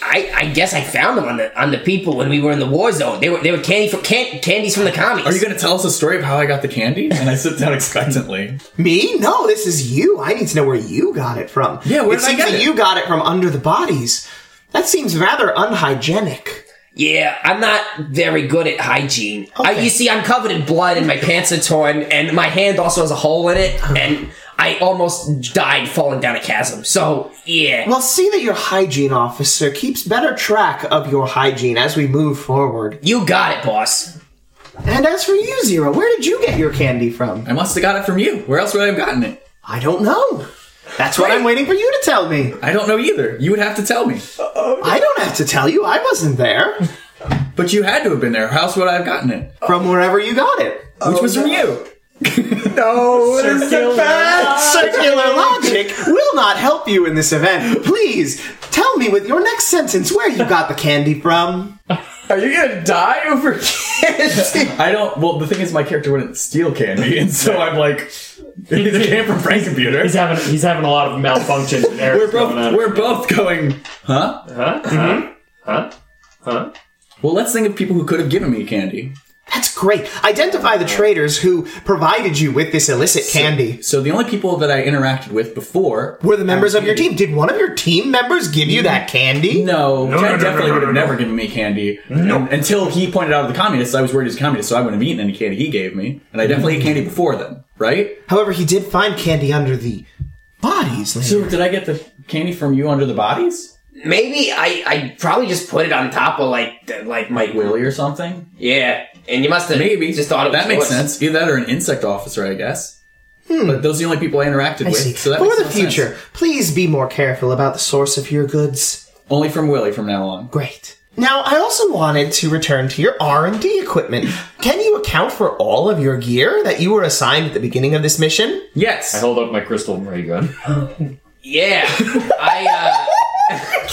Speaker 2: I, I guess I found them on the on the people when we were in the war zone. They were they were candy from can, candies from the commies.
Speaker 7: Are you going to tell us a story of how I got the candy? And I sit down expectantly.
Speaker 3: Me? No, this is you. I need to know where you got it from.
Speaker 7: Yeah, where
Speaker 3: it
Speaker 7: did I
Speaker 3: seems
Speaker 7: get
Speaker 3: that
Speaker 7: it?
Speaker 3: you got it from under the bodies. That seems rather unhygienic.
Speaker 2: Yeah, I'm not very good at hygiene. I,
Speaker 3: Okay.
Speaker 2: you see, I'm covered in blood and my pants are torn and my hand also has a hole in it and I almost died falling down a chasm. So, yeah.
Speaker 3: Well, see that your hygiene officer keeps better track of your hygiene as we move forward.
Speaker 2: you got it, boss.
Speaker 3: And as for you, Zero, where did you get your candy from?
Speaker 7: I must have got it from you. Where else would I have gotten it?
Speaker 3: I don't know. That's what I'm waiting for you to tell me.
Speaker 7: I don't know either. You would have to tell me.
Speaker 3: I don't have to tell you. I wasn't there.
Speaker 7: But you had to have been there. How else would I have gotten it?
Speaker 3: From wherever you got it.
Speaker 7: Which was from you.
Speaker 3: Circular logic will not help you in this event. Please tell me with your next sentence where you got the candy from.
Speaker 7: Are you gonna die over candy? I don't. Well, the thing is, my character wouldn't steal candy, and so I'm like, it came from Frank's computer.
Speaker 4: He's having he's having a lot of
Speaker 5: <laughs>
Speaker 4: malfunctions and
Speaker 7: We're
Speaker 4: errors
Speaker 7: both
Speaker 4: going on.
Speaker 7: we're both going, huh?
Speaker 4: huh? Huh? Huh? Huh?
Speaker 7: Well, let's think of people who could have given me candy.
Speaker 3: That's great. Identify the traders who provided you with this illicit candy.
Speaker 7: So the only people that I interacted with before
Speaker 3: Were the members of your team? Did one of your team members give you that candy?
Speaker 7: No, Ted
Speaker 8: no, no,
Speaker 7: definitely
Speaker 8: no,
Speaker 7: would have
Speaker 8: no, no.
Speaker 7: never given me candy And- until he pointed out to the communists. I was worried he was a communist, so I wouldn't have eaten any candy he gave me, and I definitely ate candy before then, right?
Speaker 3: However, he did find candy under the bodies. later.
Speaker 7: So did I get the candy from you under the bodies,
Speaker 2: Maybe I, I probably just put it on top of like the, like my
Speaker 7: Willie or something?
Speaker 2: Yeah, and you must have
Speaker 7: Maybe
Speaker 2: just thought it was
Speaker 7: that makes
Speaker 2: yours.
Speaker 7: sense. Either that or an insect officer, I guess. But those are the only people I interacted
Speaker 3: Hmm. I
Speaker 7: with.
Speaker 3: see.
Speaker 7: So that
Speaker 3: For
Speaker 7: makes
Speaker 3: the
Speaker 7: no
Speaker 3: future,
Speaker 7: sense.
Speaker 3: please be more careful about the source of your goods.
Speaker 7: only from Willie from now on.
Speaker 3: Great. Now, I also wanted to return to your R&D equipment. Can you account for all of your gear that you were assigned at the beginning of this mission?
Speaker 7: Yes.
Speaker 4: I hold up my crystal ray gun.
Speaker 2: Yeah, I.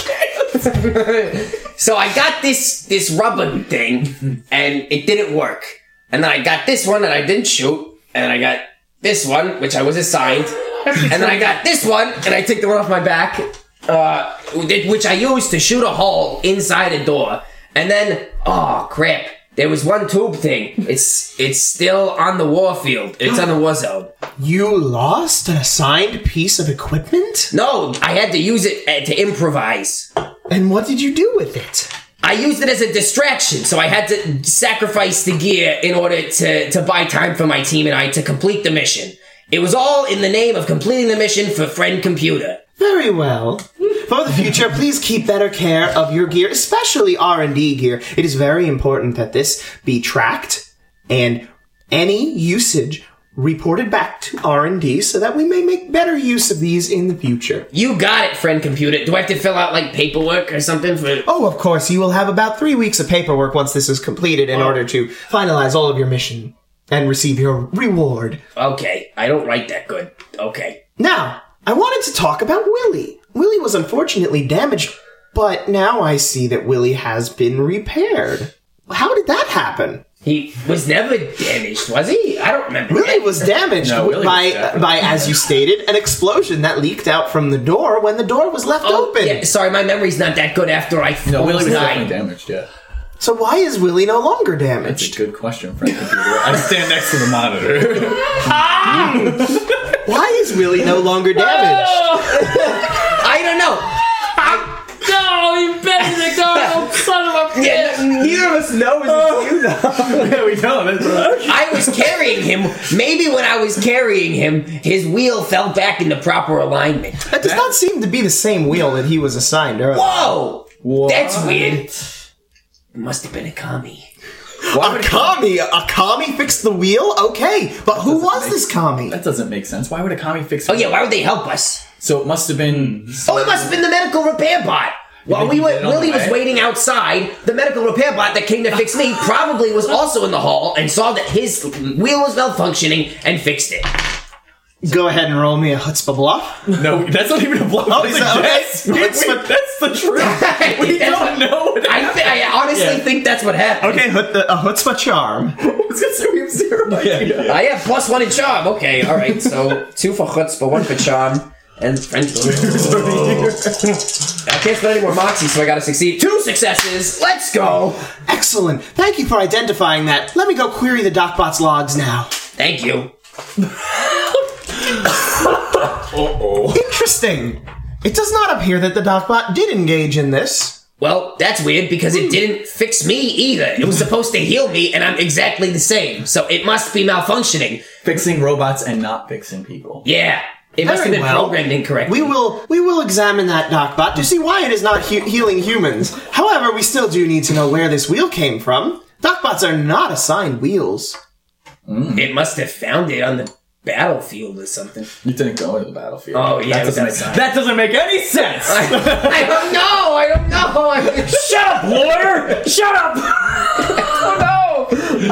Speaker 2: Uh, <laughs> so I got this this rubber thing, and it didn't work. And then I got this one that I didn't shoot, and I got this one which I was assigned, and then I got this one, and I took the one off my back, uh, which I used to shoot a hole inside a door. And then, oh crap! There was one tube thing. It's it's still on the war field. It's on the war zone.
Speaker 3: You lost an assigned piece of equipment?
Speaker 2: No, I had to use it uh, to improvise.
Speaker 3: And what did you do with it?
Speaker 2: I used it as a distraction, so I had to sacrifice the gear in order to, to buy time for my team and I to complete the mission. It was all in the name of completing the mission for Friend Computer.
Speaker 3: Very well. For the future, please keep better care of your gear, especially R&D gear. It is very important that this be tracked and any usage reported back to R&D so that we may make better use of these in the future.
Speaker 2: You got it, Friend Computer. Do I have to fill out like paperwork or something for?
Speaker 3: Oh, of course, you will have about three weeks of paperwork once this is completed in order to finalize all of your mission and receive your reward.
Speaker 2: Okay, I don't write that good. Okay,
Speaker 3: Now, I wanted to talk about Willy. Willy was unfortunately damaged, but now I see that Willy has been repaired. How did that happen?
Speaker 2: He was never damaged, was he? I don't remember.
Speaker 3: Willie
Speaker 2: that.
Speaker 3: was damaged
Speaker 5: No, Willie
Speaker 3: by
Speaker 5: was damaged.
Speaker 3: by as you stated an explosion that leaked out from the door when the door was left
Speaker 2: Oh,
Speaker 3: open.
Speaker 2: yeah, sorry, my memory's not that good after I
Speaker 5: No, Willie was
Speaker 2: died.
Speaker 5: definitely damaged. Yeah,
Speaker 3: So why is Willie no longer
Speaker 5: it's a
Speaker 3: damaged?
Speaker 5: good question, Frank. Computer. I stand next to
Speaker 7: <laughs>
Speaker 5: the monitor.
Speaker 3: Why is Willie no longer damaged?
Speaker 2: I don't know.
Speaker 4: No, you
Speaker 2: <laughs>
Speaker 4: better than God, son of a
Speaker 2: Yeah, no,
Speaker 9: Neither of us know
Speaker 3: Oh.
Speaker 9: it's you though.
Speaker 5: yeah, we know. That's
Speaker 2: I was carrying him. Maybe when I was carrying him, his wheel fell back into proper alignment.
Speaker 3: That does not seem to be the same wheel that he was assigned earlier.
Speaker 2: Whoa!
Speaker 5: What?
Speaker 2: That's weird. It must have been a kami.
Speaker 3: Akami, Akami fixed the wheel. Okay, but who was this Kami?
Speaker 5: That doesn't make sense. Why would a commie fix?
Speaker 2: Oh yeah, why would they help us?
Speaker 5: So it must have been.
Speaker 2: Oh, it must have been the medical repair bot. While we
Speaker 5: think
Speaker 2: went,
Speaker 5: they're on
Speaker 2: Willie
Speaker 5: the
Speaker 2: was
Speaker 5: way?
Speaker 2: waiting outside. The medical repair bot that came to fix me probably was also in the hall and saw that his wheel was malfunctioning and fixed it. <laughs>
Speaker 3: Go ahead and roll me a chutzpah bluff.
Speaker 5: No, that's not even a blow.
Speaker 3: Oh, is that-
Speaker 5: that's,
Speaker 3: okay.
Speaker 5: that's,
Speaker 3: Let's-
Speaker 5: that's the truth. We
Speaker 2: That's what-
Speaker 5: don't know. What
Speaker 2: I, thi- I honestly
Speaker 5: Yeah.
Speaker 2: think that's what happened.
Speaker 3: Okay, hut- a chutzpah charm.
Speaker 5: I was gonna say we have zero idea.
Speaker 2: I have Ah, plus one in charm. Okay, all right.
Speaker 9: so
Speaker 5: <laughs>
Speaker 9: two for chutzpah, one for charm, and
Speaker 2: I can't spend any more moxie, so I gotta succeed. Two successes. Let's go.
Speaker 3: Excellent. Thank you for identifying that. Let me go query the DocBot's logs now.
Speaker 2: Thank you.
Speaker 3: Interesting. It does not appear that the DocBot did engage in this.
Speaker 2: Well, that's weird because it didn't fix me either. It was supposed to heal me, and I'm exactly the same. So it must be malfunctioning.
Speaker 5: Fixing robots and not fixing people.
Speaker 2: Yeah, it must have
Speaker 3: Very
Speaker 2: been
Speaker 3: well.
Speaker 2: programmed incorrectly.
Speaker 3: We will we will examine that DocBot to see why it is not he- healing humans. However, we still do need to know where this wheel came from. DocBots are not assigned wheels.
Speaker 2: It must have found it on the battlefield or something.
Speaker 5: You didn't go into the battlefield.
Speaker 2: Oh, yeah,
Speaker 5: that doesn't, make,
Speaker 2: that's-
Speaker 5: that doesn't make any sense.
Speaker 2: I, I don't know. I don't know. <laughs> I-
Speaker 5: Shut up, lawyer! Shut up!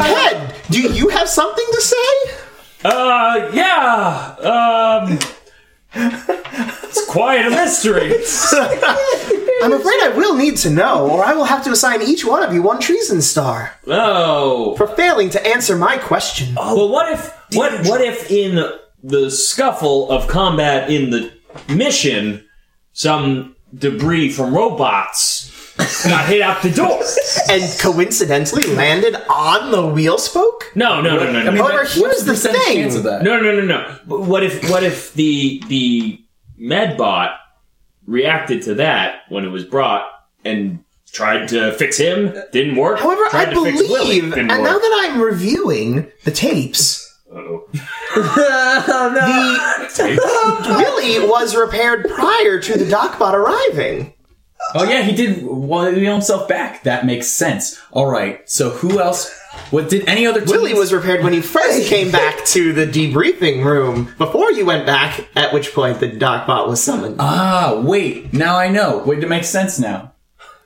Speaker 3: Head, do you have something to say?
Speaker 4: Uh, yeah. Um, it's quite
Speaker 5: <laughs>
Speaker 4: a mystery.
Speaker 3: I'm afraid I will need to know, or I will have to assign each one of you one treason star
Speaker 4: Oh.
Speaker 3: for failing to answer my question.
Speaker 5: Oh.
Speaker 4: Well, what if what what if in the scuffle of combat in the mission, some debris from robots got hit out the door?
Speaker 3: And coincidentally landed on the wheel spoke?
Speaker 4: No, no, no, no, no.
Speaker 3: However, here's the
Speaker 5: Percentage
Speaker 3: thing.
Speaker 5: chance of that.
Speaker 4: No, no, no, no. But what if what if the the medbot reacted to that when it was brought and tried to fix him? Didn't work.
Speaker 3: However,
Speaker 4: tried
Speaker 3: I
Speaker 4: to fix Willie,
Speaker 3: believe, and
Speaker 4: didn't
Speaker 3: now
Speaker 4: work.
Speaker 3: that I'm reviewing
Speaker 5: <laughs>
Speaker 3: the tapes,
Speaker 5: Oh, <laughs>
Speaker 3: the Billy was repaired prior to the DocBot arriving.
Speaker 5: Oh yeah, he did well, he healed himself back. That makes sense. All right. So who else? What did any other?
Speaker 3: Willie
Speaker 5: teams-
Speaker 3: was repaired when he first came
Speaker 5: <laughs>
Speaker 3: back to the debriefing room before you went back, at which point the DocBot was summoned.
Speaker 5: Ah, wait. Now I know. Wait, it makes sense now.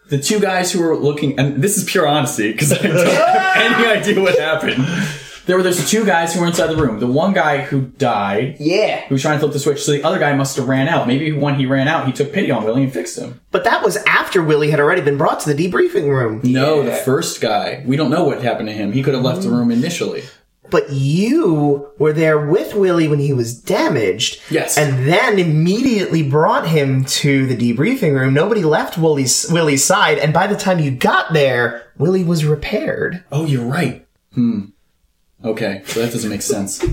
Speaker 5: The two guys who were looking, and this is pure honesty because I don't have <laughs> any idea what happened. There were those two guys who were inside the room. The one guy who died,
Speaker 2: yeah.
Speaker 5: who was trying to flip the switch, so the other guy must have ran out. Maybe when he ran out, he took pity on Willie and fixed him.
Speaker 3: but that was after Willie had already been brought to the debriefing room.
Speaker 5: No, the first guy. We don't know what happened to him. He could have left the room initially.
Speaker 3: But you were there with Willie when he was damaged.
Speaker 5: Yes.
Speaker 3: And then immediately brought him to the debriefing room. Nobody left Willie's, Willie's side, and by the time you got there, Willie was repaired.
Speaker 5: Oh, you're right. Hmm. Okay, so that doesn't make sense.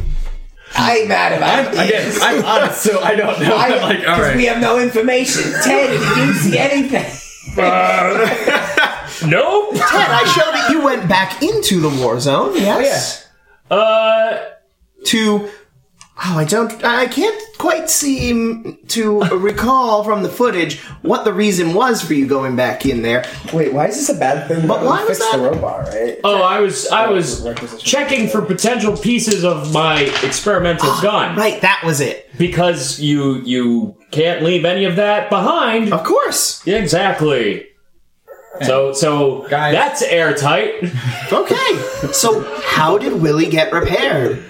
Speaker 2: I'm mad about it.
Speaker 5: Again, I'm honest, so <laughs> I don't know.
Speaker 6: <laughs>
Speaker 5: I'm <laughs> like, all
Speaker 2: Because
Speaker 5: right.
Speaker 2: we have no information. Ted, you didn't see anything.
Speaker 3: <laughs>
Speaker 4: nope.
Speaker 3: Ted, I showed that you went back into the war zone.
Speaker 9: Oh,
Speaker 3: Yes.
Speaker 4: Uh.
Speaker 3: To. Oh, I don't. I I can't quite seem to recall from the footage what the reason was for you going back in there.
Speaker 9: Wait, why is this a bad thing?
Speaker 3: But why was
Speaker 9: fix the
Speaker 3: that-
Speaker 9: robot, right?
Speaker 4: Oh, I was I was checking for potential pieces of my experimental gun
Speaker 3: Right, that was it.
Speaker 4: because you you can't leave any of that behind.
Speaker 3: Of course.
Speaker 4: Exactly. So so
Speaker 5: Guys.
Speaker 4: that's airtight.
Speaker 3: Okay. So, how did Willie get repaired?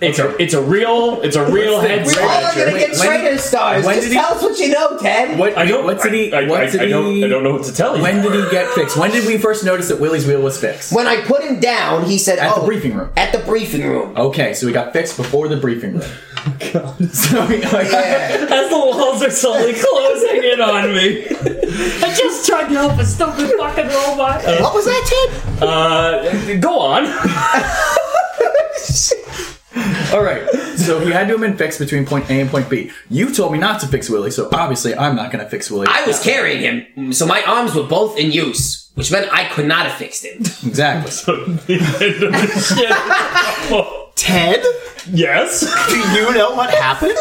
Speaker 4: It's a it's a real it's a real head
Speaker 6: We're all
Speaker 4: scratcher.
Speaker 6: gonna get Wait, when- traitor
Speaker 2: stars.
Speaker 7: when Just did he- tell
Speaker 2: us what you know, Ted.
Speaker 7: What,
Speaker 4: I don't.
Speaker 7: What did he?
Speaker 4: I, I,
Speaker 7: what
Speaker 4: I,
Speaker 7: did
Speaker 4: I
Speaker 7: he?
Speaker 4: don't. I don't know what to tell you.
Speaker 7: When
Speaker 4: <laughs>
Speaker 7: did he get fixed? When did we first notice that Willie's wheel was fixed?
Speaker 2: When I put him down, he said,
Speaker 7: At the
Speaker 2: "Oh,
Speaker 7: briefing room.
Speaker 2: At the Oh, briefing room.
Speaker 7: Okay, so we got fixed before the briefing room. so <laughs> we,
Speaker 4: As the walls are <laughs> slowly closing in on me. I just tried to help a stupid fucking robot.
Speaker 2: What was that, Ted?
Speaker 4: Uh, go on. <laughs>
Speaker 7: all right. So he had to have been fixed between point A and point B. You told me not to fix Willie, so obviously I'm not going to fix Willie.
Speaker 2: I was carrying him, so my arms were both in use, which meant I could not have fixed <laughs> him.
Speaker 7: exactly.
Speaker 3: Ted,
Speaker 4: yes.
Speaker 3: do you know what happened?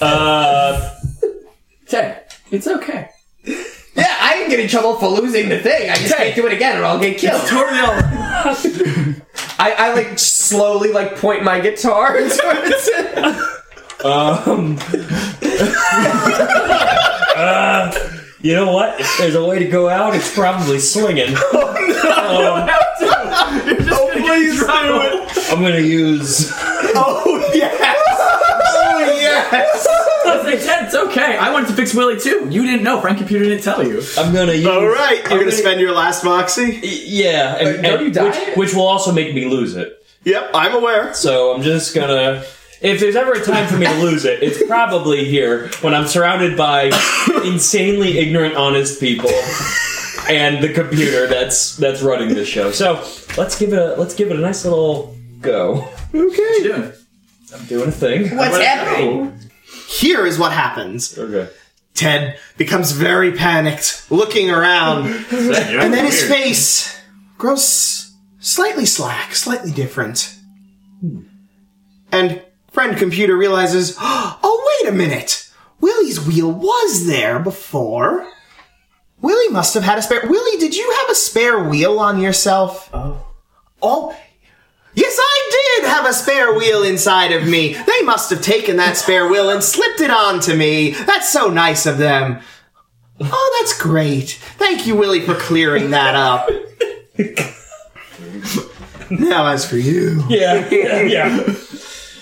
Speaker 4: Uh,
Speaker 7: Ted, it's okay.
Speaker 2: yeah, I didn't get in trouble for losing the thing. I just can't do it again, or I'll get killed. <laughs> I, I like slowly like point my <laughs> guitar towards it.
Speaker 4: you know what? If there's a way to go out, it's probably Um, swinging.
Speaker 3: Oh, please do it.
Speaker 4: I'm gonna use.
Speaker 3: Oh, yes. Oh, yes.
Speaker 7: It's okay. I wanted to fix Willie too. You didn't know. Frank Computer didn't tell you.
Speaker 4: I'm gonna use.
Speaker 3: All right. You're going
Speaker 4: gonna-
Speaker 3: to spend your last Moxie?
Speaker 4: Yeah, and,
Speaker 7: don't
Speaker 4: and
Speaker 7: you die?
Speaker 4: Which, which will also make me lose it.
Speaker 3: Yep, I'm aware.
Speaker 4: So I'm just gonna. If there's ever a time for me to lose it, it's probably here when I'm surrounded by insanely ignorant, honest people and the computer that's that's running this show. So let's give it a let's give it a nice little go.
Speaker 7: What you doing?
Speaker 4: I'm doing a thing.
Speaker 2: What's happening?
Speaker 3: Here is what happens.
Speaker 4: Okay.
Speaker 3: Ted becomes very panicked, looking around, and then his face grows slightly slack, slightly different. And friend computer realizes, <gasps> oh, wait a minute! Willie's wheel was there before. Willie must have had a spare. Willie, did you have a spare wheel on yourself? Oh. Oh. Yes, I did have a spare wheel inside of me. They must have taken that spare wheel and slipped it onto me. That's so nice of them. Oh, that's great. Thank you, Willie, for clearing that up. now, as for you,
Speaker 4: Yeah, <laughs> yeah, yeah.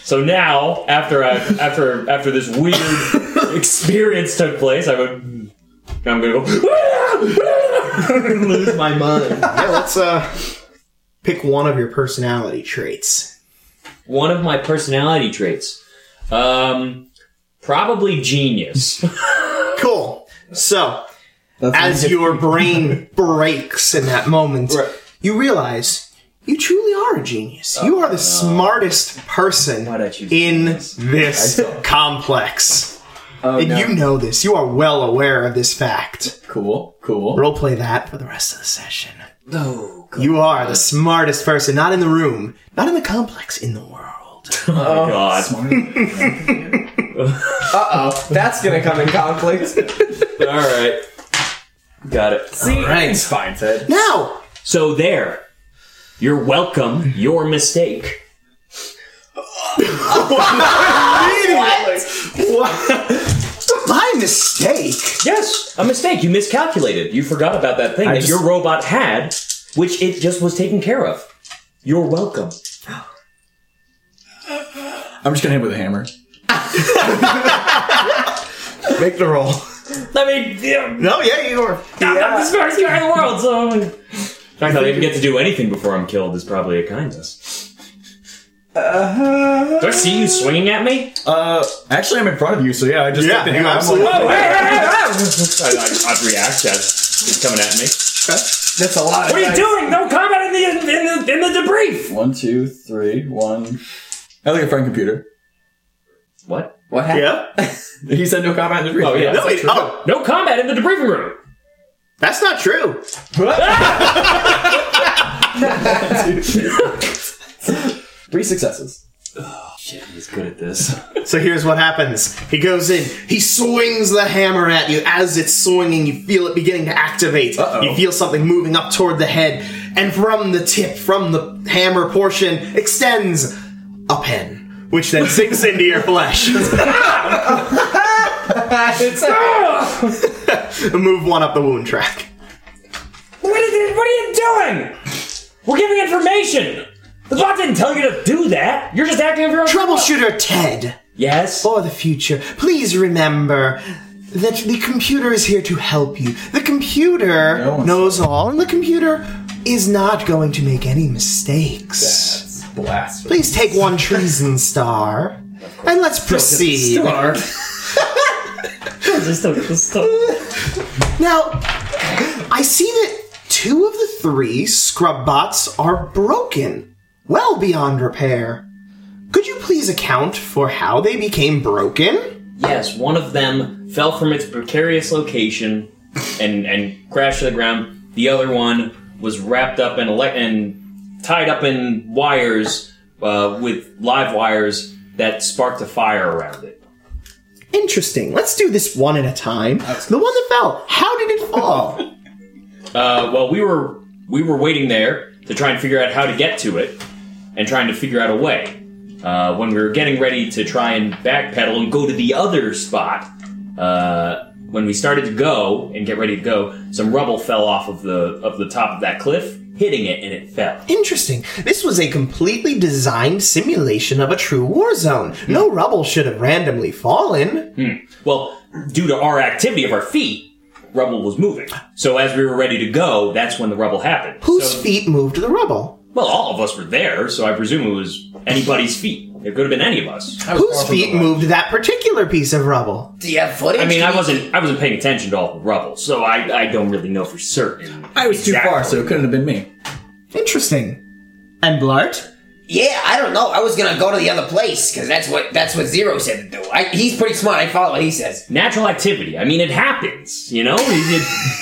Speaker 4: So now, after I, after after this <laughs> weird experience took place, I would I'm gonna go lose my mind.
Speaker 3: yeah, let's uh, pick one of your personality traits.
Speaker 4: <laughs> One of my personality traits, um, probably <laughs> genius.
Speaker 3: Cool. So, as your brain breaks in that moment, you realize you truly are a genius. you are the smartest person
Speaker 4: Why'd I choose
Speaker 3: in
Speaker 4: genius?
Speaker 3: this complex. and you know this. You are well aware of this fact.
Speaker 7: Cool.
Speaker 3: <laughs>
Speaker 7: Cool.
Speaker 3: Roleplay that for the rest of the session. No. You are the smartest person, not in the room, not in the complex, in the world.
Speaker 4: God,
Speaker 6: That's gonna come in conflict.
Speaker 4: all right, got it.
Speaker 7: See,
Speaker 3: Right.
Speaker 7: it's fine, Ted.
Speaker 3: Now,
Speaker 4: So there, you're welcome. Your mistake.
Speaker 3: by mistake,
Speaker 4: Yes, a mistake. You miscalculated. You forgot about that thing that
Speaker 7: just-
Speaker 4: your robot had, which it just was taken care of. You're welcome.
Speaker 7: I'm just gonna hit him with a hammer.
Speaker 3: make the roll.
Speaker 4: I mean, yeah,
Speaker 3: <laughs> No, yeah, you are.
Speaker 4: I'm the smartest guy in the world, so. In fact, I didn't get to do anything before I'm killed is probably a kindness. Do I see you swinging at me?
Speaker 7: Uh, actually, I'm in front of you, so yeah, I just took
Speaker 3: Yeah,
Speaker 7: the
Speaker 3: you
Speaker 7: hammer. I'm
Speaker 3: absolutely-
Speaker 7: like,
Speaker 4: I, I, I'd react as he's coming at me.
Speaker 6: That's a lot.
Speaker 4: What are you doing? No comment in the in the, in the debrief.
Speaker 7: One, two, three, one. I look at Frank Computer.
Speaker 4: What?
Speaker 6: What happened?
Speaker 3: Yeah.
Speaker 7: He said no comment in the brief.
Speaker 4: Oh, yeah.
Speaker 3: No, wait, oh,
Speaker 4: No comment in the debriefing room.
Speaker 3: that's not true.
Speaker 7: Three successes.
Speaker 4: He's good at this.
Speaker 3: So here's what happens. He goes in, he swings the hammer at you. As it's swinging, you feel it beginning to activate.
Speaker 7: Uh-oh.
Speaker 3: You feel something moving up toward the head. And from the tip, from the hammer portion, extends a pen, which then sinks into your flesh.
Speaker 6: It's a-
Speaker 4: Ah!
Speaker 3: Move one up the wound track.
Speaker 4: What are you, what are you doing? We're giving information.
Speaker 10: The bot didn't tell you to do that. You're just acting of your own
Speaker 3: Troubleshooter Ted,
Speaker 10: Yes.
Speaker 3: for the future, please remember that the computer is here to help you. The computer
Speaker 5: No one's-
Speaker 3: knows all, and the computer is not going to make any mistakes.
Speaker 5: That's blasphemy.
Speaker 3: Please
Speaker 5: <laughs>
Speaker 3: take one treason star, and let's proceed.
Speaker 11: Star.
Speaker 10: Just don't- just don't-
Speaker 3: Now, I see that two of the three scrub bots are broken, well beyond repair. Could you please account for how they became broken?
Speaker 4: Yes, one of them fell from its precarious location and and crashed to the ground. The other one was wrapped up in ele- and tied up in wires uh, with live wires that sparked a fire around it.
Speaker 3: Interesting. Let's do this one at a time. The one that fell, how did it fall?
Speaker 4: Uh, well, we were we were waiting there to try and figure out how to get to it and trying to figure out a way. Uh, when we were getting ready to try and backpedal and go to the other spot, uh, when we started to go and get ready to go, some rubble fell off of the of the top of that cliff, hitting it, and it fell.
Speaker 3: Interesting. This was a completely designed simulation of a true war zone. No rubble should have randomly fallen.
Speaker 4: Well, due to our activity of our feet, rubble was moving. So as we were ready to go, that's when the rubble happened.
Speaker 3: Whose
Speaker 4: So-
Speaker 3: feet moved the rubble?
Speaker 4: Well, all of us were there, so I presume it was anybody's feet. It could have been any of us.
Speaker 3: Whose feet moved that particular piece of rubble?
Speaker 2: Do you have footage?
Speaker 4: I mean, I wasn't I wasn't paying attention to all the rubble, so I, I don't really know for certain.
Speaker 5: I was too far, so it couldn't have been me.
Speaker 3: Interesting. And Blart?
Speaker 2: Yeah, I don't know. I was gonna go to the other place because that's what that's what Zero said to do. I, he's pretty smart. I follow what he says.
Speaker 4: Natural activity. I mean, it happens. You know,
Speaker 2: <laughs>
Speaker 4: It-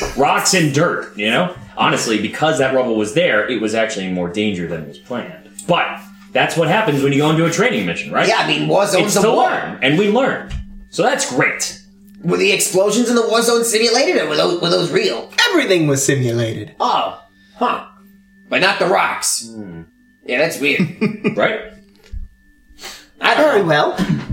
Speaker 4: it- rocks and dirt. You know, honestly, because that rubble was there, it was actually in more danger than was planned. But that's what happens when you go into a training mission, right?
Speaker 2: Yeah, I mean, war
Speaker 4: it's
Speaker 2: zones
Speaker 4: to
Speaker 2: of war.
Speaker 4: learn, and we learned. So that's
Speaker 2: <laughs>
Speaker 4: great.
Speaker 2: Were the explosions in the war zone simulated, or were those were those real?
Speaker 3: Everything was simulated.
Speaker 2: Oh, huh. But not the rocks. Yeah, that's weird.
Speaker 4: right?
Speaker 2: I
Speaker 3: Very
Speaker 2: don't know.
Speaker 3: <clears throat> well.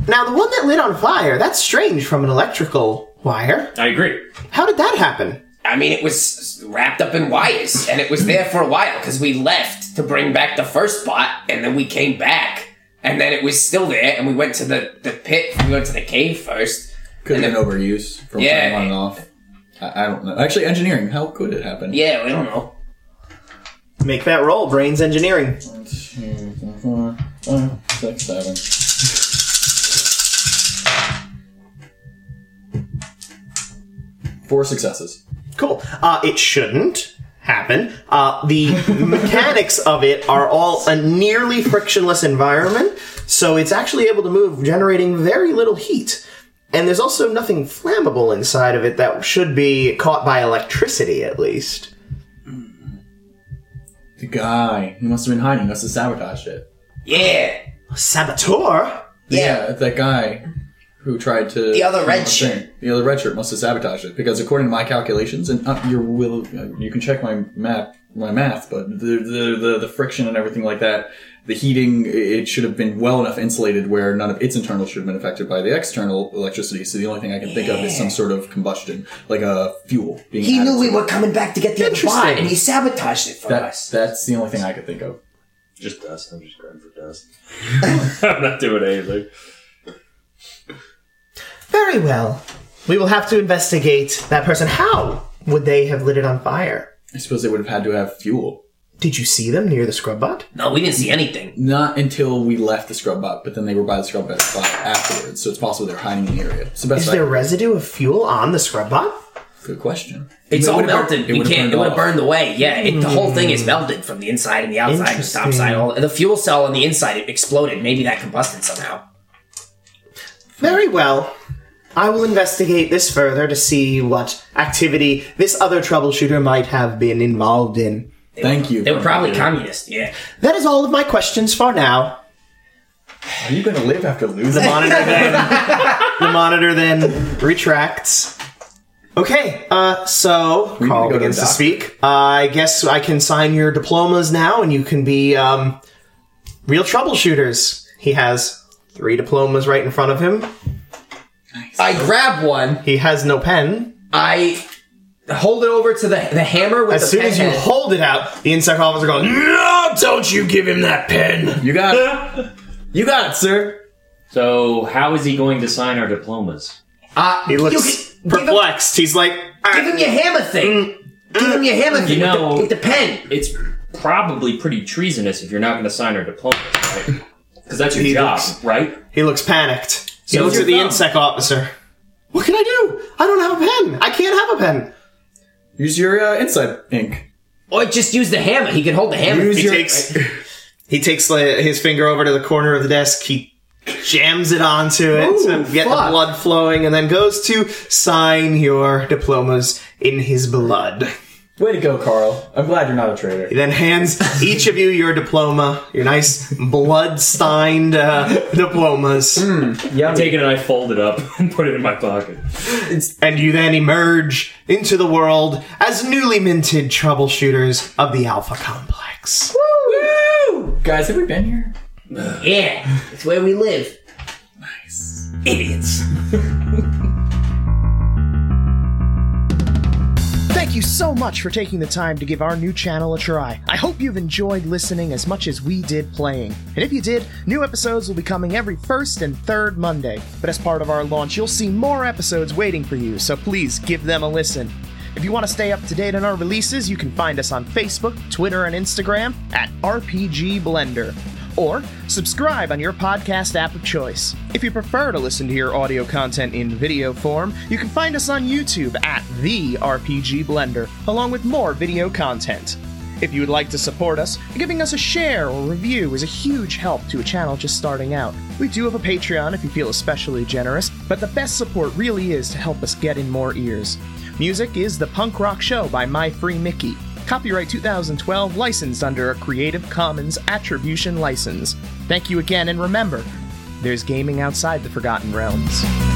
Speaker 3: Now, the one that lit on fire, that's strange from an electrical wire.
Speaker 4: I agree.
Speaker 3: How did that happen?
Speaker 2: I mean, it was wrapped up in wires, and it was there for a while because we left to bring back the first spot, and then we came back, and then it was still there, and we went to the the pit. We went to the cave first.
Speaker 5: Could have
Speaker 2: And
Speaker 5: been overuse from
Speaker 2: Yeah.
Speaker 5: turning on and off. I, I don't know. Actually, engineering. How could it happen?
Speaker 2: Yeah, we don't know.
Speaker 3: Make that roll, brains engineering.
Speaker 5: Two, three, four, five, six, seven. Four successes.
Speaker 3: Cool. Uh, it shouldn't happen. Uh, the <laughs> mechanics of it are all a nearly frictionless environment, so it's actually able to move, generating very little heat. And there's also nothing flammable inside of it that should be caught by electricity, at least.
Speaker 5: The guy. He must have been hiding. Must have sabotaged it.
Speaker 2: Yeah.
Speaker 3: Saboteur?
Speaker 2: Yeah.
Speaker 5: that guy who tried to
Speaker 2: The other red
Speaker 5: I'm saying, The other red shirt must have sabotaged it because, according to my calculations, and uh, your will, uh, you can check my map, my math, but the, the the the friction and everything like that, the heating, i- it should have been well enough insulated where none of its internal should have been affected by the external electricity. So the only thing I can think of is some sort of combustion, like a fuel. Being
Speaker 2: He
Speaker 5: added
Speaker 2: knew
Speaker 5: to
Speaker 2: we
Speaker 5: it.
Speaker 2: were coming back to get the other bot,
Speaker 3: Interesting.
Speaker 2: and he sabotaged it for
Speaker 5: That,
Speaker 2: us.
Speaker 5: that's the only thing I could think of.
Speaker 10: Just dust. I'm just grabbing for dust.
Speaker 4: <laughs> I'm not doing anything.
Speaker 3: Very well. We will have to investigate that person. How would they have lit it on fire?
Speaker 5: I suppose they would have had to have fuel.
Speaker 3: Did you see them near the scrub bot?
Speaker 2: No, we didn't see anything.
Speaker 5: Not until we left the scrub bot, but then they were by the scrub bot afterwards, so it's possible they're hiding in the area. It's the best
Speaker 3: Is
Speaker 5: I
Speaker 3: there
Speaker 5: can-
Speaker 3: residue of fuel on the scrub bot?
Speaker 5: Good question.
Speaker 2: It's
Speaker 5: It
Speaker 2: all
Speaker 5: would've burned-
Speaker 2: melted. we
Speaker 5: would've
Speaker 2: can't.
Speaker 5: burned
Speaker 2: It would
Speaker 5: off.
Speaker 2: have burned away. Yeah, it, the whole thing is melted from the inside and the outside, the top
Speaker 3: Interesting.
Speaker 2: side. All the fuel cell on the inside it exploded. Maybe that combusted somehow.
Speaker 3: Very well. I will investigate this further to see what activity this other troubleshooter might have been involved in.
Speaker 5: Thank you.
Speaker 2: They were probably communist. Yeah.
Speaker 3: That is all of my questions for now.
Speaker 5: Are you going to live after
Speaker 2: <laughs>
Speaker 5: losing?
Speaker 3: Monitor then. the monitor then retracts. Okay, uh, so
Speaker 5: need to
Speaker 3: Carl
Speaker 5: go to
Speaker 3: begins
Speaker 5: the
Speaker 3: to
Speaker 5: doctor.
Speaker 3: speak. I guess I can sign your diplomas now, and you can be um, real troubleshooters. He has three diplomas right in front of him.
Speaker 2: I grab one.
Speaker 3: He has no pen.
Speaker 2: I
Speaker 6: hold it over to the the hammer with
Speaker 3: As
Speaker 6: the
Speaker 3: soon as you
Speaker 6: head.
Speaker 3: hold it out, the insect officer goes,
Speaker 8: No, don't you give him that pen.
Speaker 7: You got it. you got it, sir.
Speaker 4: So how is he going to sign our diplomas?
Speaker 6: uh,
Speaker 3: He looks
Speaker 6: you can- give him-
Speaker 3: perplexed. He's like,
Speaker 2: Give him your hammer thing. Give him your hammer thing with,
Speaker 4: know-
Speaker 2: the, with the pen.
Speaker 4: It's probably pretty treasonous if you're not going to sign our diplomas, right? <laughs> Because that's your
Speaker 3: He
Speaker 4: job,
Speaker 3: looks-
Speaker 4: right?
Speaker 3: he looks panicked. He
Speaker 4: So
Speaker 3: looks
Speaker 4: your
Speaker 3: at the
Speaker 4: thumb.
Speaker 3: insect officer. What can I do? I don't have a pen. I can't have a pen.
Speaker 7: Use your uh, inside ink.
Speaker 2: Or just use the hammer. He can hold the hammer.
Speaker 3: He takes he takes li- his finger over to the corner of the desk. He jams it onto it to get the blood flowing, and then goes to sign your diplomas in his blood.
Speaker 7: Way to go, Carl. I'm glad you're not a traitor.
Speaker 3: He then hands each of you your diploma, your nice blood-stained uh, diplomas,
Speaker 4: I take it and I fold it up <laughs> and put it in my pocket.
Speaker 3: and you then emerge into the world as newly minted troubleshooters of the Alpha Complex.
Speaker 7: Guys, have we been here?
Speaker 2: Yeah, it's where we live.
Speaker 1: Thank you so much for taking the time to give our new channel a try. I hope you've enjoyed listening as much as we did playing. And if you did, new episodes will be coming every first and third Monday. But as part of our launch, you'll see more episodes waiting for you, so please give them a listen. If you want to stay up to date on our releases, you can find us on Facebook, Twitter, and Instagram at RPG Blender or subscribe on your podcast app of choice. If you prefer to listen to your audio content in video form, you can find us on YouTube at The RPG Blender, along with more video content. If you would like to support us, giving us a share or review is a huge help to a channel just starting out. We do have a Patreon if you feel especially generous, but the best support really is to help us get in more ears. Music is The Punk Rock Show by My Free Mickey. Copyright 2012, licensed under a Creative Commons Attribution License. Thank you again, and remember, there's gaming outside the Forgotten Realms.